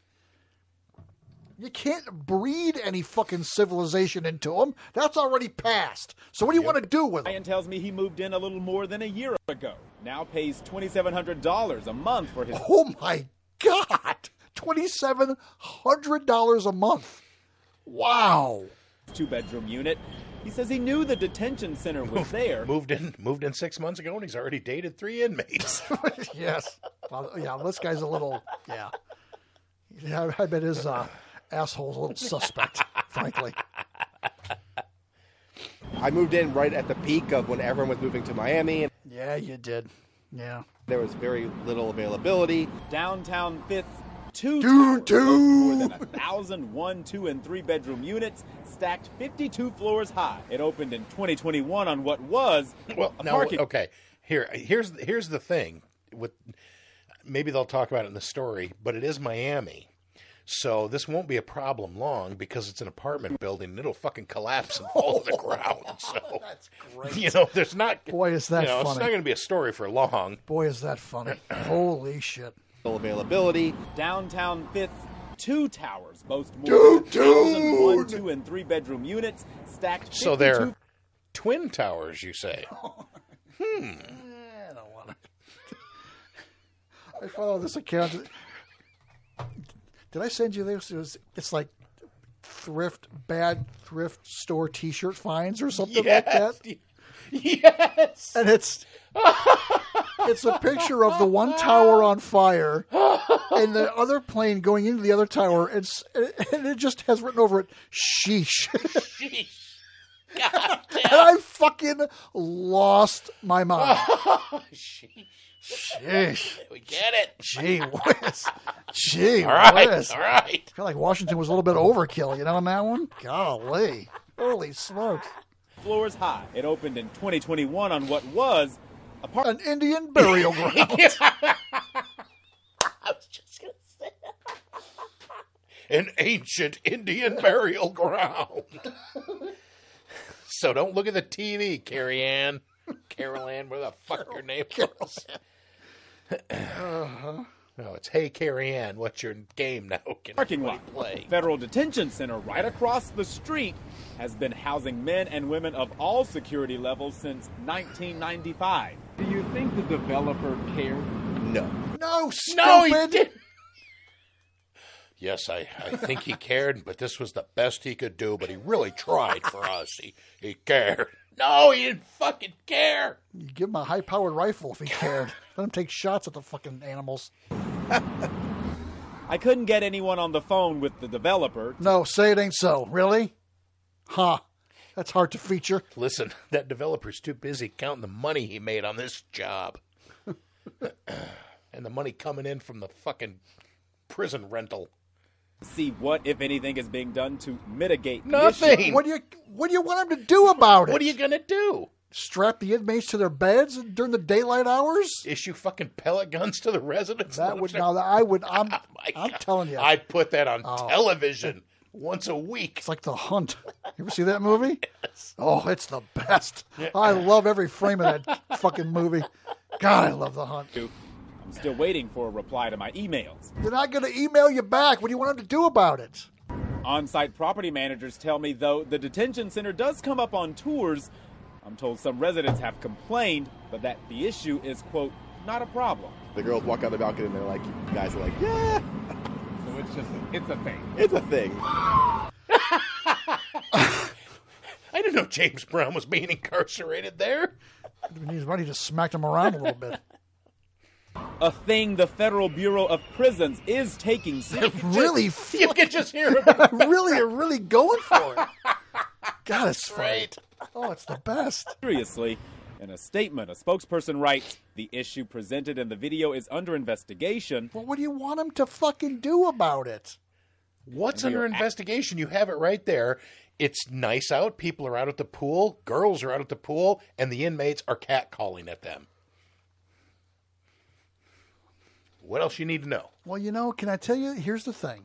You can't breed any fucking civilization into them. That's already passed. So what do you want to do with them? Ryan tells me he moved in a little more than a year ago. Now pays $2,700 a month for his Oh my God. $2,700 a month. Wow. two bedroom unit. He says he knew the detention center was there. Moved in moved in six months ago, and he's already dated three inmates. yes. Well, yeah, this guy's a little, yeah. yeah I bet his uh, asshole's a little suspect, frankly. I moved in right at the peak of when everyone was moving to Miami, and Yeah, you did. Yeah. there was very little availability. Downtown Fifth, two, two, more than a thousand one, two, and three bedroom units stacked 52 floors high. It opened in 2021 on what was well, a now, parking okay. Here, here's here's the thing. With maybe they'll talk about it in the story, but it is Miami, so this won't be a problem long because it's an apartment building. and It'll fucking collapse and fall to the ground. So that's great. You know, there's not. Boy, is that you know, It's funny. not going to be a story for long. Boy, is that funny. Holy shit. Availability. Downtown Fifth, two towers boast more Dude, than a thousand one, two, and three bedroom units stacked 52 So they're twin towers, you say? I don't want to. I follow this account. Did I send you this? It was, it's like thrift, bad thrift store t shirt finds or something Yes. like that. Yes. And it's it's a picture of the one tower on fire and the other plane going into the other tower. It's and it just has written over it, sheesh. and I fucking lost my mind. Sheesh. We get it. Gee whiz. Gee All right, whiz. all right. I feel like Washington was a little bit overkill, you know, on that one. Golly. Holy smokes. Floors high. It opened in 2021 on what was a par- an Indian burial ground. An ancient Indian burial ground. so don't look at the TV, Carrie Ann. Carol Ann, where the fuck your name was. Uh-huh. No, it's hey Carrie Ann, what's your game now? Can parking anybody lot. play? Federal Detention Center, right across the street, has been housing men and women of all security levels since 1995. Do you think the developer cared? No. No, No, he didn't. Yes, I, I think he cared, but this was the best he could do. But he really tried for us. He he cared. No, he didn't fucking care. You give him a high powered rifle if he cared. Let him take shots at the fucking animals. I couldn't get anyone on the phone with the developer. No, say it ain't so. Really? Huh. That's hard to feature. Listen, that developer's too busy counting the money he made on this job. and the money coming in from the fucking prison rental. See what, if anything, is being done to mitigate the issue. What do you what do you want him to do about it? What are you gonna do? Strap the inmates to their beds during the daylight hours? Issue fucking pellet guns to the residents? Oh That would now I would I'm Oh I'm telling you. I'd put that on Oh. television once a week. It's like The Hunt. You ever see that movie? Oh, it's the best. I love every frame of that fucking movie. God, I love The Hunt. I'm still waiting for a reply to my emails. They're not going to email you back. What do you want them to do about it? On site property managers tell me, though, the detention center does come up on tours. I'm told some residents have complained, but that the issue is, quote, not a problem. The girls walk out the balcony and they're like, you guys are like, yeah. So it's just, it's a thing. It's a thing. I didn't know James Brown was being incarcerated there. We need money to smack them around a little bit. A thing the Federal Bureau of Prisons is taking seriously. really, you can just hear really, you're really going for it. God, it's great. Oh, it's the best. Seriously, in a statement, a spokesperson writes, the issue presented in the video is under investigation. Well, what do you want them to fucking do about it? What's And we under are investigation? You have it right there. It's nice out. People are out at the pool. Girls are out at the pool, and the inmates are catcalling at them. What else you need to know? Well, you know, can I tell you? Here's the thing.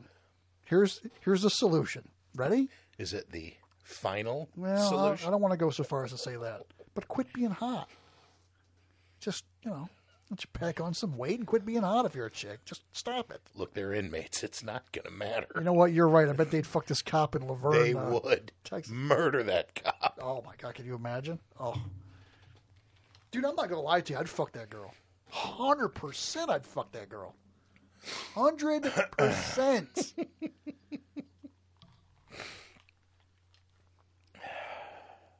Here's here's the solution. Ready? Is it the final Well, I, solution? I don't want to go so far as to say that, but quit being hot. Just you know, why don't you pack on some weight and quit being hot if you're a chick. Just stop it. Look, they're inmates. It's not going to matter. You know what? You're right. I bet they'd fuck this cop in Laverne. They uh, would murder that cop. Oh my god, can you imagine? Oh, dude, I'm not gonna lie to you. I'd fuck that girl. Hundred percent, I'd fuck that girl. Hundred percent.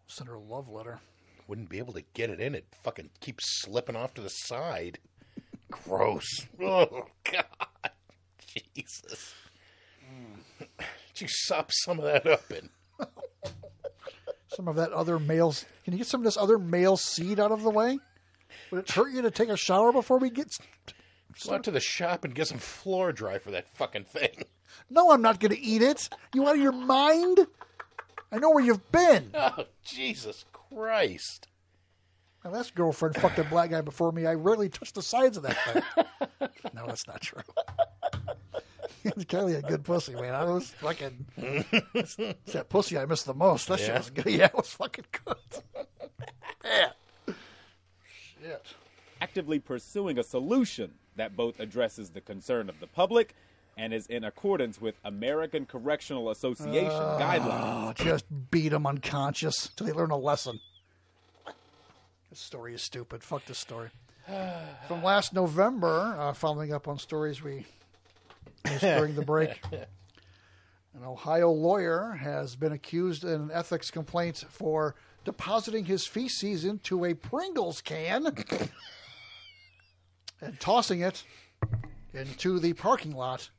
Send her a love letter. Wouldn't be able to get it in. It fucking keeps slipping off to the side. Gross. Oh God, Jesus! Did you sop some of that up in? Some of that other male's. Can you get some of this other male seed out of the way? Would it hurt you to take a shower before we get? Go out to the shop and get some floor dry for that fucking thing. No, I'm not going to eat it. You out of your mind? I know where you've been. Oh, Jesus Christ. My last girlfriend fucked a black guy before me. I rarely touched the sides of that thing. no, that's not true. Kelly had good pussy, man. I was fucking. it's that pussy I missed the most. That shit Yeah. was good. Yeah, it was fucking good. Yeah. Shit. actively pursuing a solution that both addresses the concern of the public and is in accordance with American Correctional Association Oh, guidelines. just beat them unconscious till they learn a lesson. This story is stupid. Fuck this story. from last November, uh, following up on stories we missed during the break. An Ohio lawyer has been accused in an ethics complaint for depositing his feces into a Pringles can and tossing it into the parking lot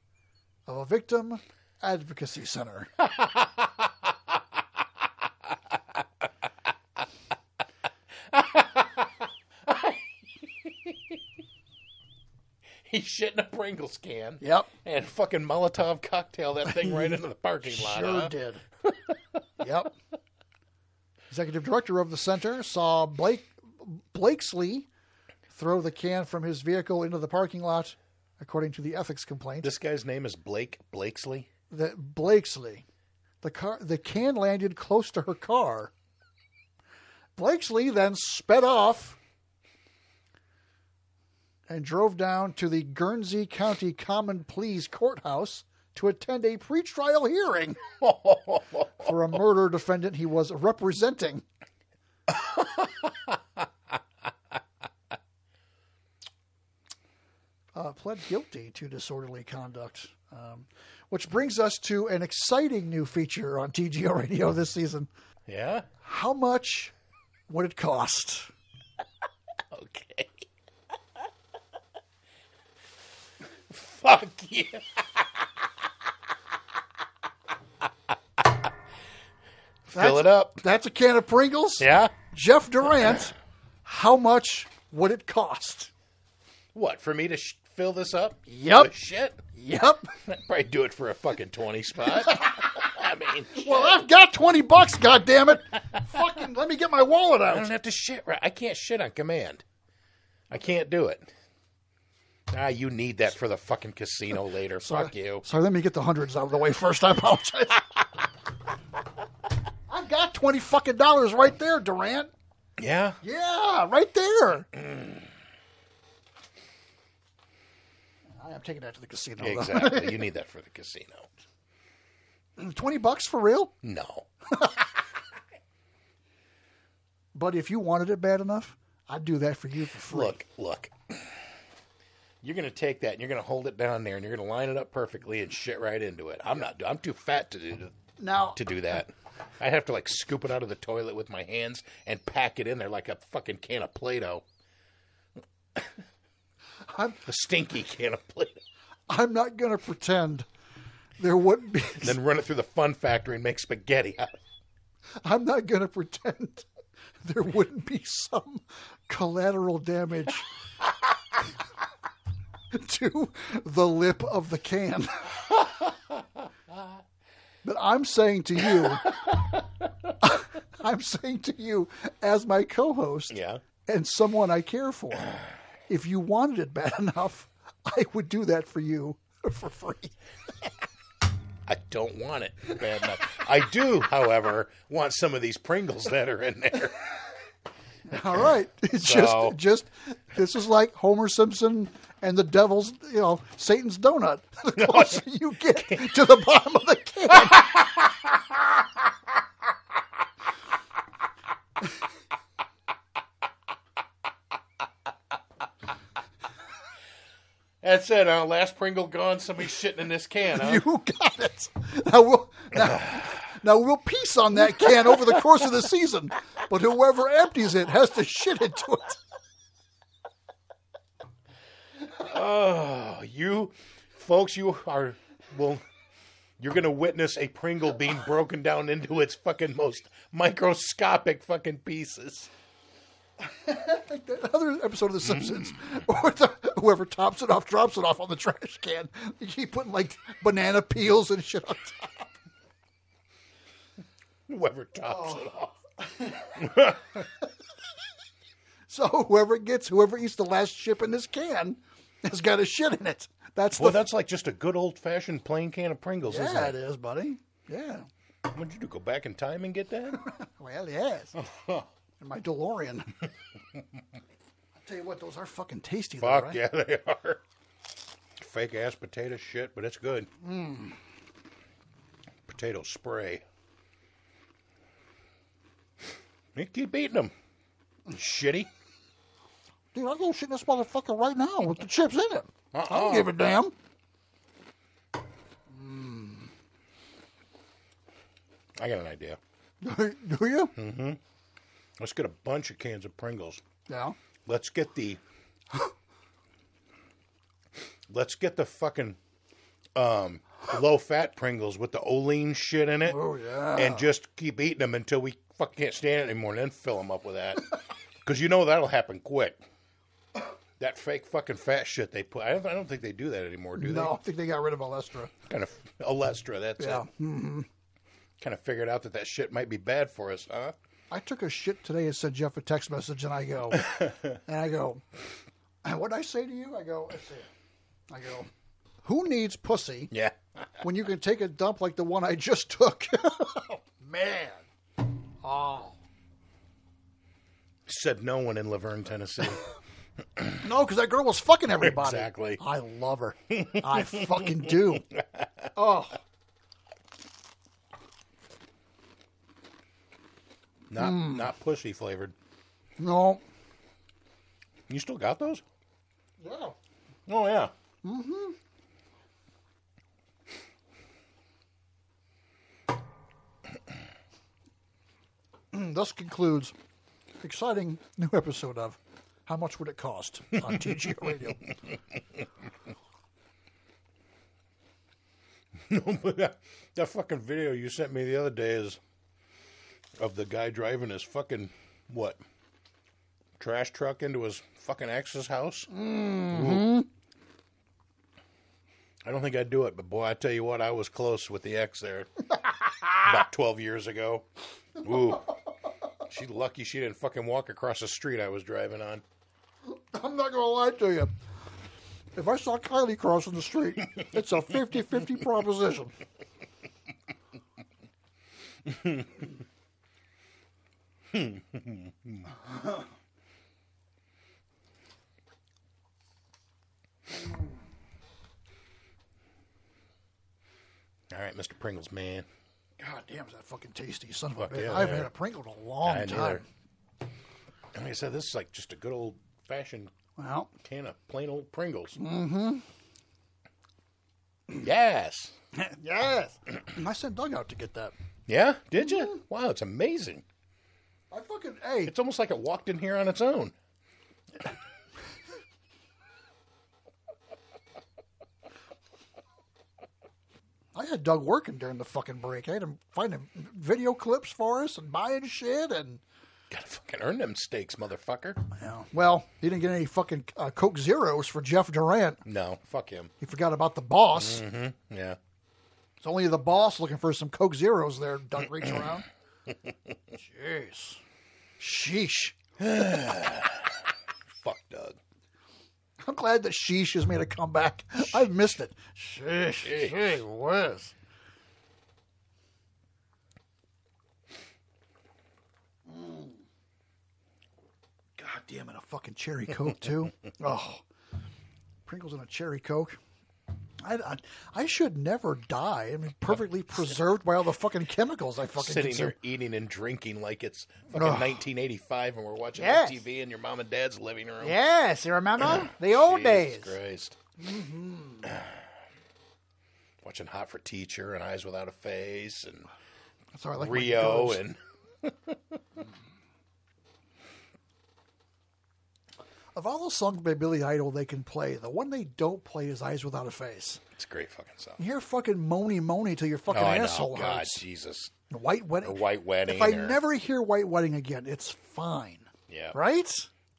of a victim advocacy center. He's shitting a Pringles can. Yep. And fucking Molotov cocktail that thing right into the parking lot. Sure huh? did. yep. Executive director of the center saw Blake Blakesley throw the can from his vehicle into the parking lot, according to the ethics complaint. This guy's name is Blake Blakesley. That Blakesley, the car, the can landed close to her car. Blakesley then sped off and drove down to the Guernsey County Common Pleas Courthouse to attend a pretrial hearing for a murder defendant he was representing. uh, pled guilty to disorderly conduct. Um, which brings us to an exciting new feature on TGO Radio this season. Yeah? How much would it cost? okay. Fuck you. Fill it up. That's a can of Pringles. Yeah. Jeff Durant, how much would it cost? What for me to sh- fill this up? Yep. With shit. Yep. I'd probably do it for a fucking twenty spot. I mean, Well, I've got 20 bucks, God damn it! Fucking let me get my wallet I don't out. have to shit right. I can't shit on command. I can't do it. Ah, you need that for the fucking casino later. Fuck you. Sorry, let me get the hundreds out of the way first. I apologize. I've got 20 fucking dollars right there, Durant. Yeah. Yeah, right there. Mm. I am taking that to the casino. though. Exactly. you need that for the casino. 20 bucks for real? No. But if you wanted it bad enough, I'd do that for you for free. Look, look. You're gonna take that and you're gonna hold it down there and you're gonna line it up perfectly and shit right into it. I'm not. I'm too fat to do Now- to do that. I'd have to like scoop it out of the toilet with my hands and pack it in there like a fucking can of Play-Doh. I'm- a stinky can of Play-Doh. I'm not going to pretend there wouldn't be. Then run it through the fun factory and make spaghetti out. of it. I'm not going to pretend there wouldn't be some collateral damage to the lip of the can. but I'm saying to you, I'm saying to you, as my co host Yeah. and someone I care for, if you wanted it bad enough, I would do that for you for free. I don't want it bad enough. I do, however, want some of these Pringles that are in there. All right. It's So- just just this is like Homer Simpson and the devil's you know, Satan's donut. The closer you get to the bottom of the can. That's it. Huh? Last Pringle gone. Somebody shitting in this can. Huh? You got it. Now we'll now, now we'll piece on that can over the course of the season. But whoever empties it has to shit into it. Oh, you folks, you are well. You're gonna witness a Pringle being broken down into its fucking most microscopic fucking pieces. Like that other episode of The Simpsons, or the, whoever tops it off drops it off on the trash can. You keep putting like banana peels and shit on top. Whoever tops it off. So whoever gets, whoever eats the last chip in this can has got a shit in it. That's Well, the that's like just a good old fashioned plain can of Pringles, yeah, isn't it it? is, buddy. Yeah. Would you do, go back in time and get that? Well, yes. and my DeLorean. I tell you what, those are fucking tasty. though, Fuck right? yeah, they are. Fake ass potato shit, but it's good. Hmm. Potato spray. You keep eating them. Shitty. Dude, I'll go shoot this motherfucker right now with the chips in it. I Uh-uh. don't give a damn. I got an idea. Do you? Mm-hmm. Let's get a bunch of cans of Pringles. Yeah. Let's get the. let's get the fucking um, low fat Pringles with the Olean shit in it. Oh, yeah. And just keep eating them until we fucking can't stand it anymore, and then fill them up with that. Because you know that'll happen quick. That fake fucking fat shit they put. I don't, I don't think they do that anymore, do no, I think they got rid of Alestra. they? Kind of Alestra. That's Yeah. it. Kind of figured out that that shit might be bad for us, huh? I took a shit today and sent Jeff a text message, and I go, and I go, and what did I say to you? I go, let's see. I go, who needs pussy? Yeah. when you can take a dump like the one I just took. Man. Oh. Said no one in Laverne, Tennessee. No, because that girl was fucking everybody. Exactly. I love her. I fucking do. Oh. Not Mm. not pussy flavored. No. You still got those? Yeah. Oh yeah. Mm-hmm. Thus concludes exciting new episode of How Much Would It Cost on TGO Radio. No, but that, that fucking video you sent me the other day is of the guy driving his fucking what trash truck into his fucking ex's house. Ooh. I don't think I'd do it, but boy, I tell you what, I was close with the ex there about twelve years ago. Ooh, she lucky she didn't fucking walk across the street I was driving on. I'm not going to lie to you. If I saw Kylie crossing the street, it's a 50 50 proposition. All right, Mr. Pringles, man. God damn, is that fucking tasty, son of Fuck a bitch. yeah, I haven't yeah. had a Pringle in a long I time. neither. Like I said, this is like just a good old fashioned Well. can of plain old Pringles. Mm-hmm. Yes. yes. I sent Doug out to get that. Yeah, did you? Wow, it's amazing. I fucking hey. It's almost like it walked in here on its own. I had Doug working during the fucking break. I had him finding video clips for us and buying shit. And Gotta fucking earn them steaks, motherfucker. well, he didn't get any fucking uh, Coke Zeros for Jeff Durant. No, fuck him. He forgot about the boss. Mm-hmm. Yeah. It's only the boss looking for some Coke Zeros there. Doug reach around. Jeez. Sheesh. Fuck Doug. I'm glad that Sheesh has made a comeback. I've missed it. Sheesh. Sheesh. Hey, Wes. Mm. God damn it, a fucking cherry Coke, too. oh. Pringles and a cherry Coke. I, I, I should never die. I mean, perfectly preserved by all the fucking chemicals I fucking Sitting consume. here eating and drinking like it's fucking Ugh. 1985 and we're watching Yes. TV in your mom and dad's living room. Yes, you remember? The old Jesus days. Christ. Mhm. Watching Hot for Teacher and Eyes Without a Face and That's how I like Oh my Rio goats. and Of all the songs by Billy Idol they can play, the one they don't play is Eyes Without a Face. it's a great fucking song. You hear fucking moany moany till your fucking oh, I know. asshole God, hurts. Jesus. The White Wedding. The White Wedding. If I or- never hear White Wedding again, it's fine. Yeah. Right?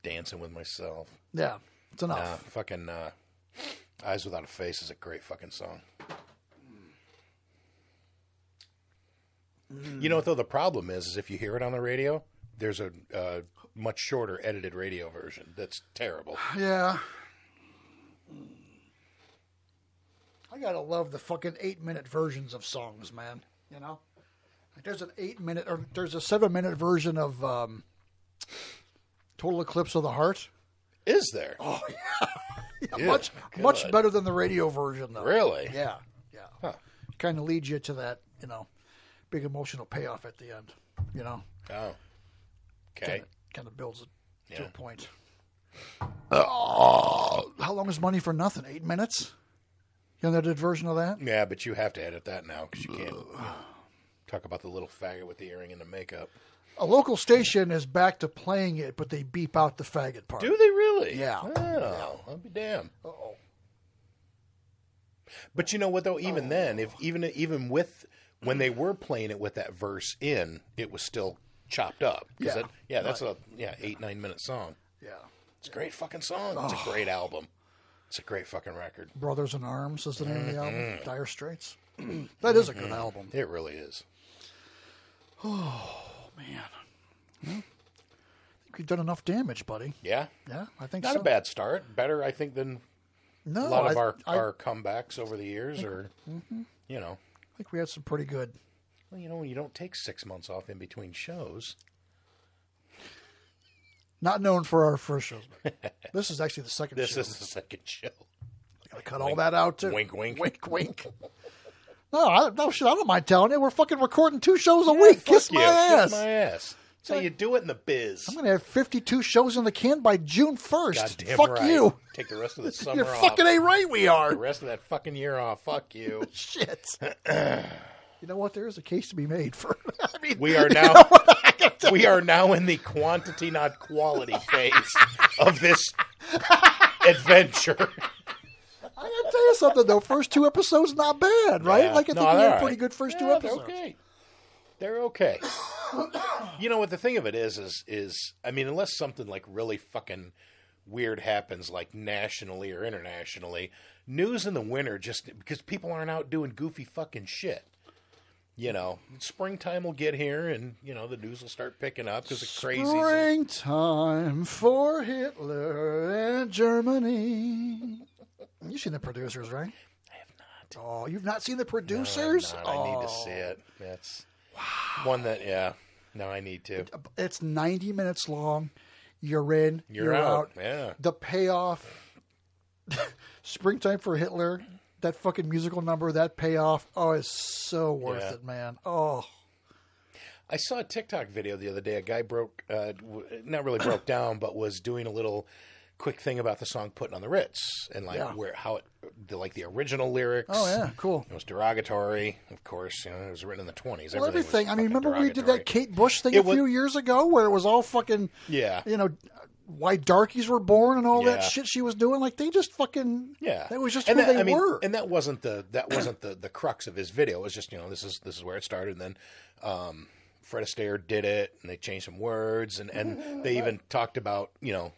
Dancing with myself. Yeah, it's enough. Nah, fucking uh, Eyes Without a Face is a great fucking song. Mm. You know what though? The problem is, is if you hear it on the radio, there's a uh, much shorter edited radio version that's terrible. Yeah. I gotta love the fucking eight minute versions of songs, man. You know, like there's an eight minute or there's a seven minute version of um, "Total Eclipse of the Heart." Is there? Oh yeah, Yeah, Good much much God. better than the radio version though. Really? Yeah, yeah. Kind of leads you to that, you know, big emotional payoff at the end. You know, Oh. Okay. kind of builds it to Yeah. a point. Uh, How long is money for nothing? Eight minutes? You know that version of that? Yeah, but you have to edit that now because you can't you know, talk about the little faggot with the earring and the makeup. A local station is back to playing it, but they beep out the faggot part. Do they really? Yeah. Oh, I'll be damned. oh But you know what though? Even then, if even even with when they were playing it with that verse in, it was still chopped up. 'Cause Yeah. It, yeah, that's a yeah eight nine minute song. Yeah. It's a great fucking song. It's a great album. It's a great fucking record. Brothers in Arms is the name of the album. Mhm. Dire Straits. that is a good Mhm. album. It really is. Oh man, Well, I think we've done enough damage, buddy. Yeah. Yeah, I think not so. a bad start. Better, I think, than No, a lot of Oh, I- our, I- our comebacks over the years, or Mhm. you know, I think we had some pretty good. well, you know, when you don't take six months off in between shows. Not known for our first shows. but this is actually the second. This show. is the second show. Gotta cut all that out too. Wink, wink, wink, wink. No, I, no shit. I don't mind telling you. We're fucking recording two shows a week. Kiss you. my ass. Kiss my ass. That's how you do it in the biz. I'm gonna have 52 shows in the can by June 1st. Goddamn Fuck right. you. Take the rest of the summer You're off. fucking A right we are. The rest of that fucking year off. Fuck you. Shit. You know what? There is a case to be made for. I mean, we are you now know what I gotta tell we you? are now in the quantity not quality phase of this adventure. I gotta tell you something though. First two episodes not bad, right? Yeah. Like I No, think we had they're pretty alright. good first two Yeah, they're episodes. okay. They're okay. you know what the thing of it is is is I mean unless something like really fucking weird happens like nationally or internationally, news in the winter just because people aren't out doing goofy fucking shit. You know, springtime will get here and you know the news will start picking up because the crazies Springtime for Hitler and Germany. You've seen the producers, right? I have not. Oh, you've not seen the producers? God, I need to Oh. see it. That's one that yeah. No, I need to. It's 90 minutes long. You're in. You're You're, out, out. yeah. The payoff. Springtime for Hitler. That fucking musical number. That payoff. Oh, it's so worth Yeah. it, man. Oh, I saw a TikTok video the other day. A guy broke, uh, w- not really broke down, but was doing a little quick thing about the song "Putting on the Ritz" and like Yeah. where how it, the, like the original lyrics. Oh, yeah, cool. It was derogatory, of course. You know, it was written in the twenties. well, everything. I mean, remember we did that Kate Bush thing It a was- few years ago where it was all fucking, Yeah. you know, why darkies were born and all that Yeah. shit she was doing. Like, they just fucking. Yeah, That was just and who that, they I mean, were. and that wasn't the that wasn't the the crux of his video. It was just you know this is this is where it started, and then um, Fred Astaire did it, and they changed some words, and Mm-hmm. and they even talked about you know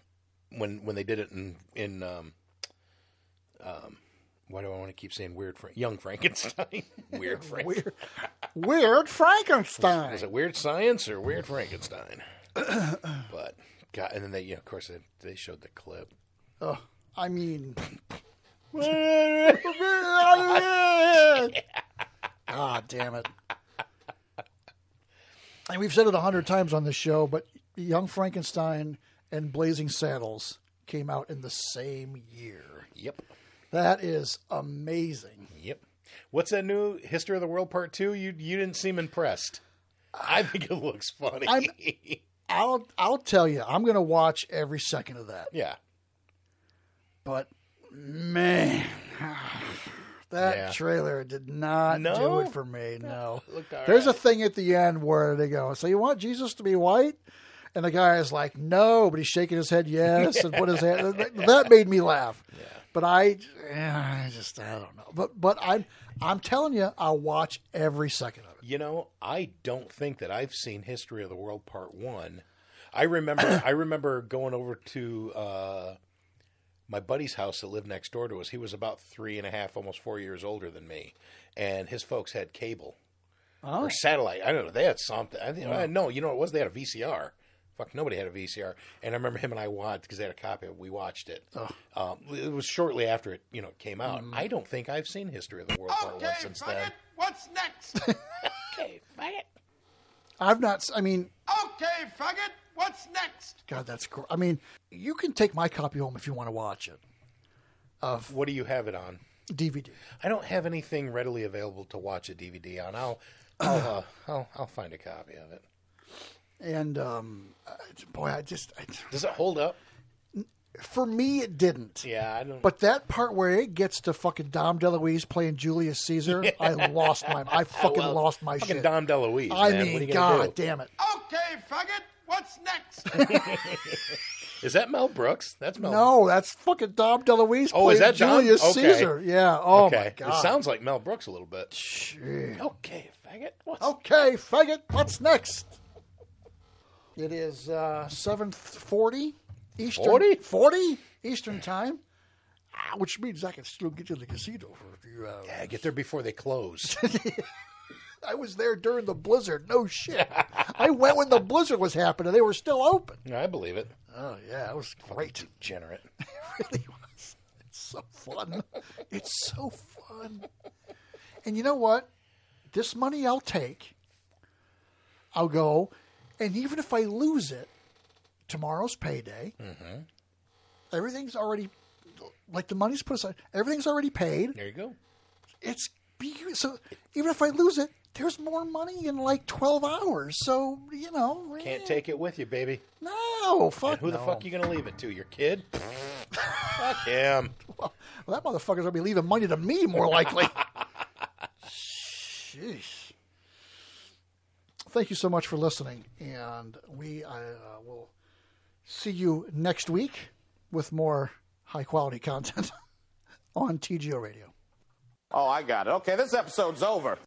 when when they did it in in um, um why do I want to keep saying weird Frank young Frankenstein weird Frank weird, weird Frankenstein. was it weird science or weird Frankenstein? but God, and then they you know, of course they, they showed the clip. Ugh, I mean. Ah, damn it. And we've said it a hundred times on this show, but Young Frankenstein and Blazing Saddles came out in the same year. Yep. That is amazing. Yep. What's that new History of the World Part Two? You you didn't seem impressed. I think it looks funny. I'm- I'll I'll tell you, I'm gonna watch every second of that. yeah. But man, that Yeah. trailer did not No? do it for me. No, looked all there's a thing at the end where they go, "So you want Jesus to be white?" And the guy is like, "No," but he's shaking his head yes, and put his hand. th- That made me laugh. But I, yeah, I just I don't know. But but I'm I'm telling you, I'll watch every second of it. You know, I don't think that I've seen History of the World Part One. I remember I remember going over to uh, my buddy's house that lived next door to us. He was about three and a half, almost four years older than me, and his folks had cable Oh. or satellite. I don't know. They had something. I think. Wow. I- no, you know what it was? They had a VCR. Fuck, nobody had a VCR. And I remember him and I watched because they had a copy. of it. We watched it. Um, it was shortly after it, you know, came out. Mm. I don't think I've seen History of the World Part One since then. What's next? okay, faggot. I've not. s- I mean, Okay, faggot. What's next? God, that's cool. I mean, you can take my copy home if you want to watch it. Of what do you have it on? DVD. I don't have anything readily available to watch a DVD on. I'll I'll, uh, I'll, I'll find a copy of it. And um, uh, boy, I just I, Does it hold up? For me, it didn't. Yeah, I don't. But that part where it gets to fucking Dom DeLuise playing Julius Caesar, I lost my, I fucking Well, lost my fucking shit. Dom DeLuise. I man. mean, what are you gonna God do? Oh. damn it. Okay, faggot, what's next? Is that Mel Brooks? That's Mel. No, that's fucking Dom DeLuise Oh, is playing that Dom? Julius Okay. Caesar. Yeah. Oh okay. my god. It sounds like Mel Brooks a little bit. Okay, faggot. Okay, faggot. What's next? It is uh, seven forty Eastern. 40? 40 Eastern time, Ah, which means I can still get to the casino for a few hours. Yeah, get there before they close. I was there during the blizzard. No shit. I went when the blizzard was happening. They were still open. No, I believe it. Oh yeah, it was great. Degenerate. It's so fun. it's so fun. And you know what? This money I'll take. I'll go, and even if I lose it, tomorrow's payday. Mm-hmm. Everything's already, like the money's put aside. Everything's already paid. There you go. It's beautiful. So even if I lose it, there's more money in like twelve hours. So you know, eh, Can't take it with you, baby. no fuck. And who the no. fuck you gonna leave it to? Your kid? fuck him. Well, that motherfucker's gonna be leaving money to me more likely. Sheesh. Thank you so much for listening, and we uh, will see you next week with more high quality content on TGO Radio. Oh, I got it. Okay, this episode's over.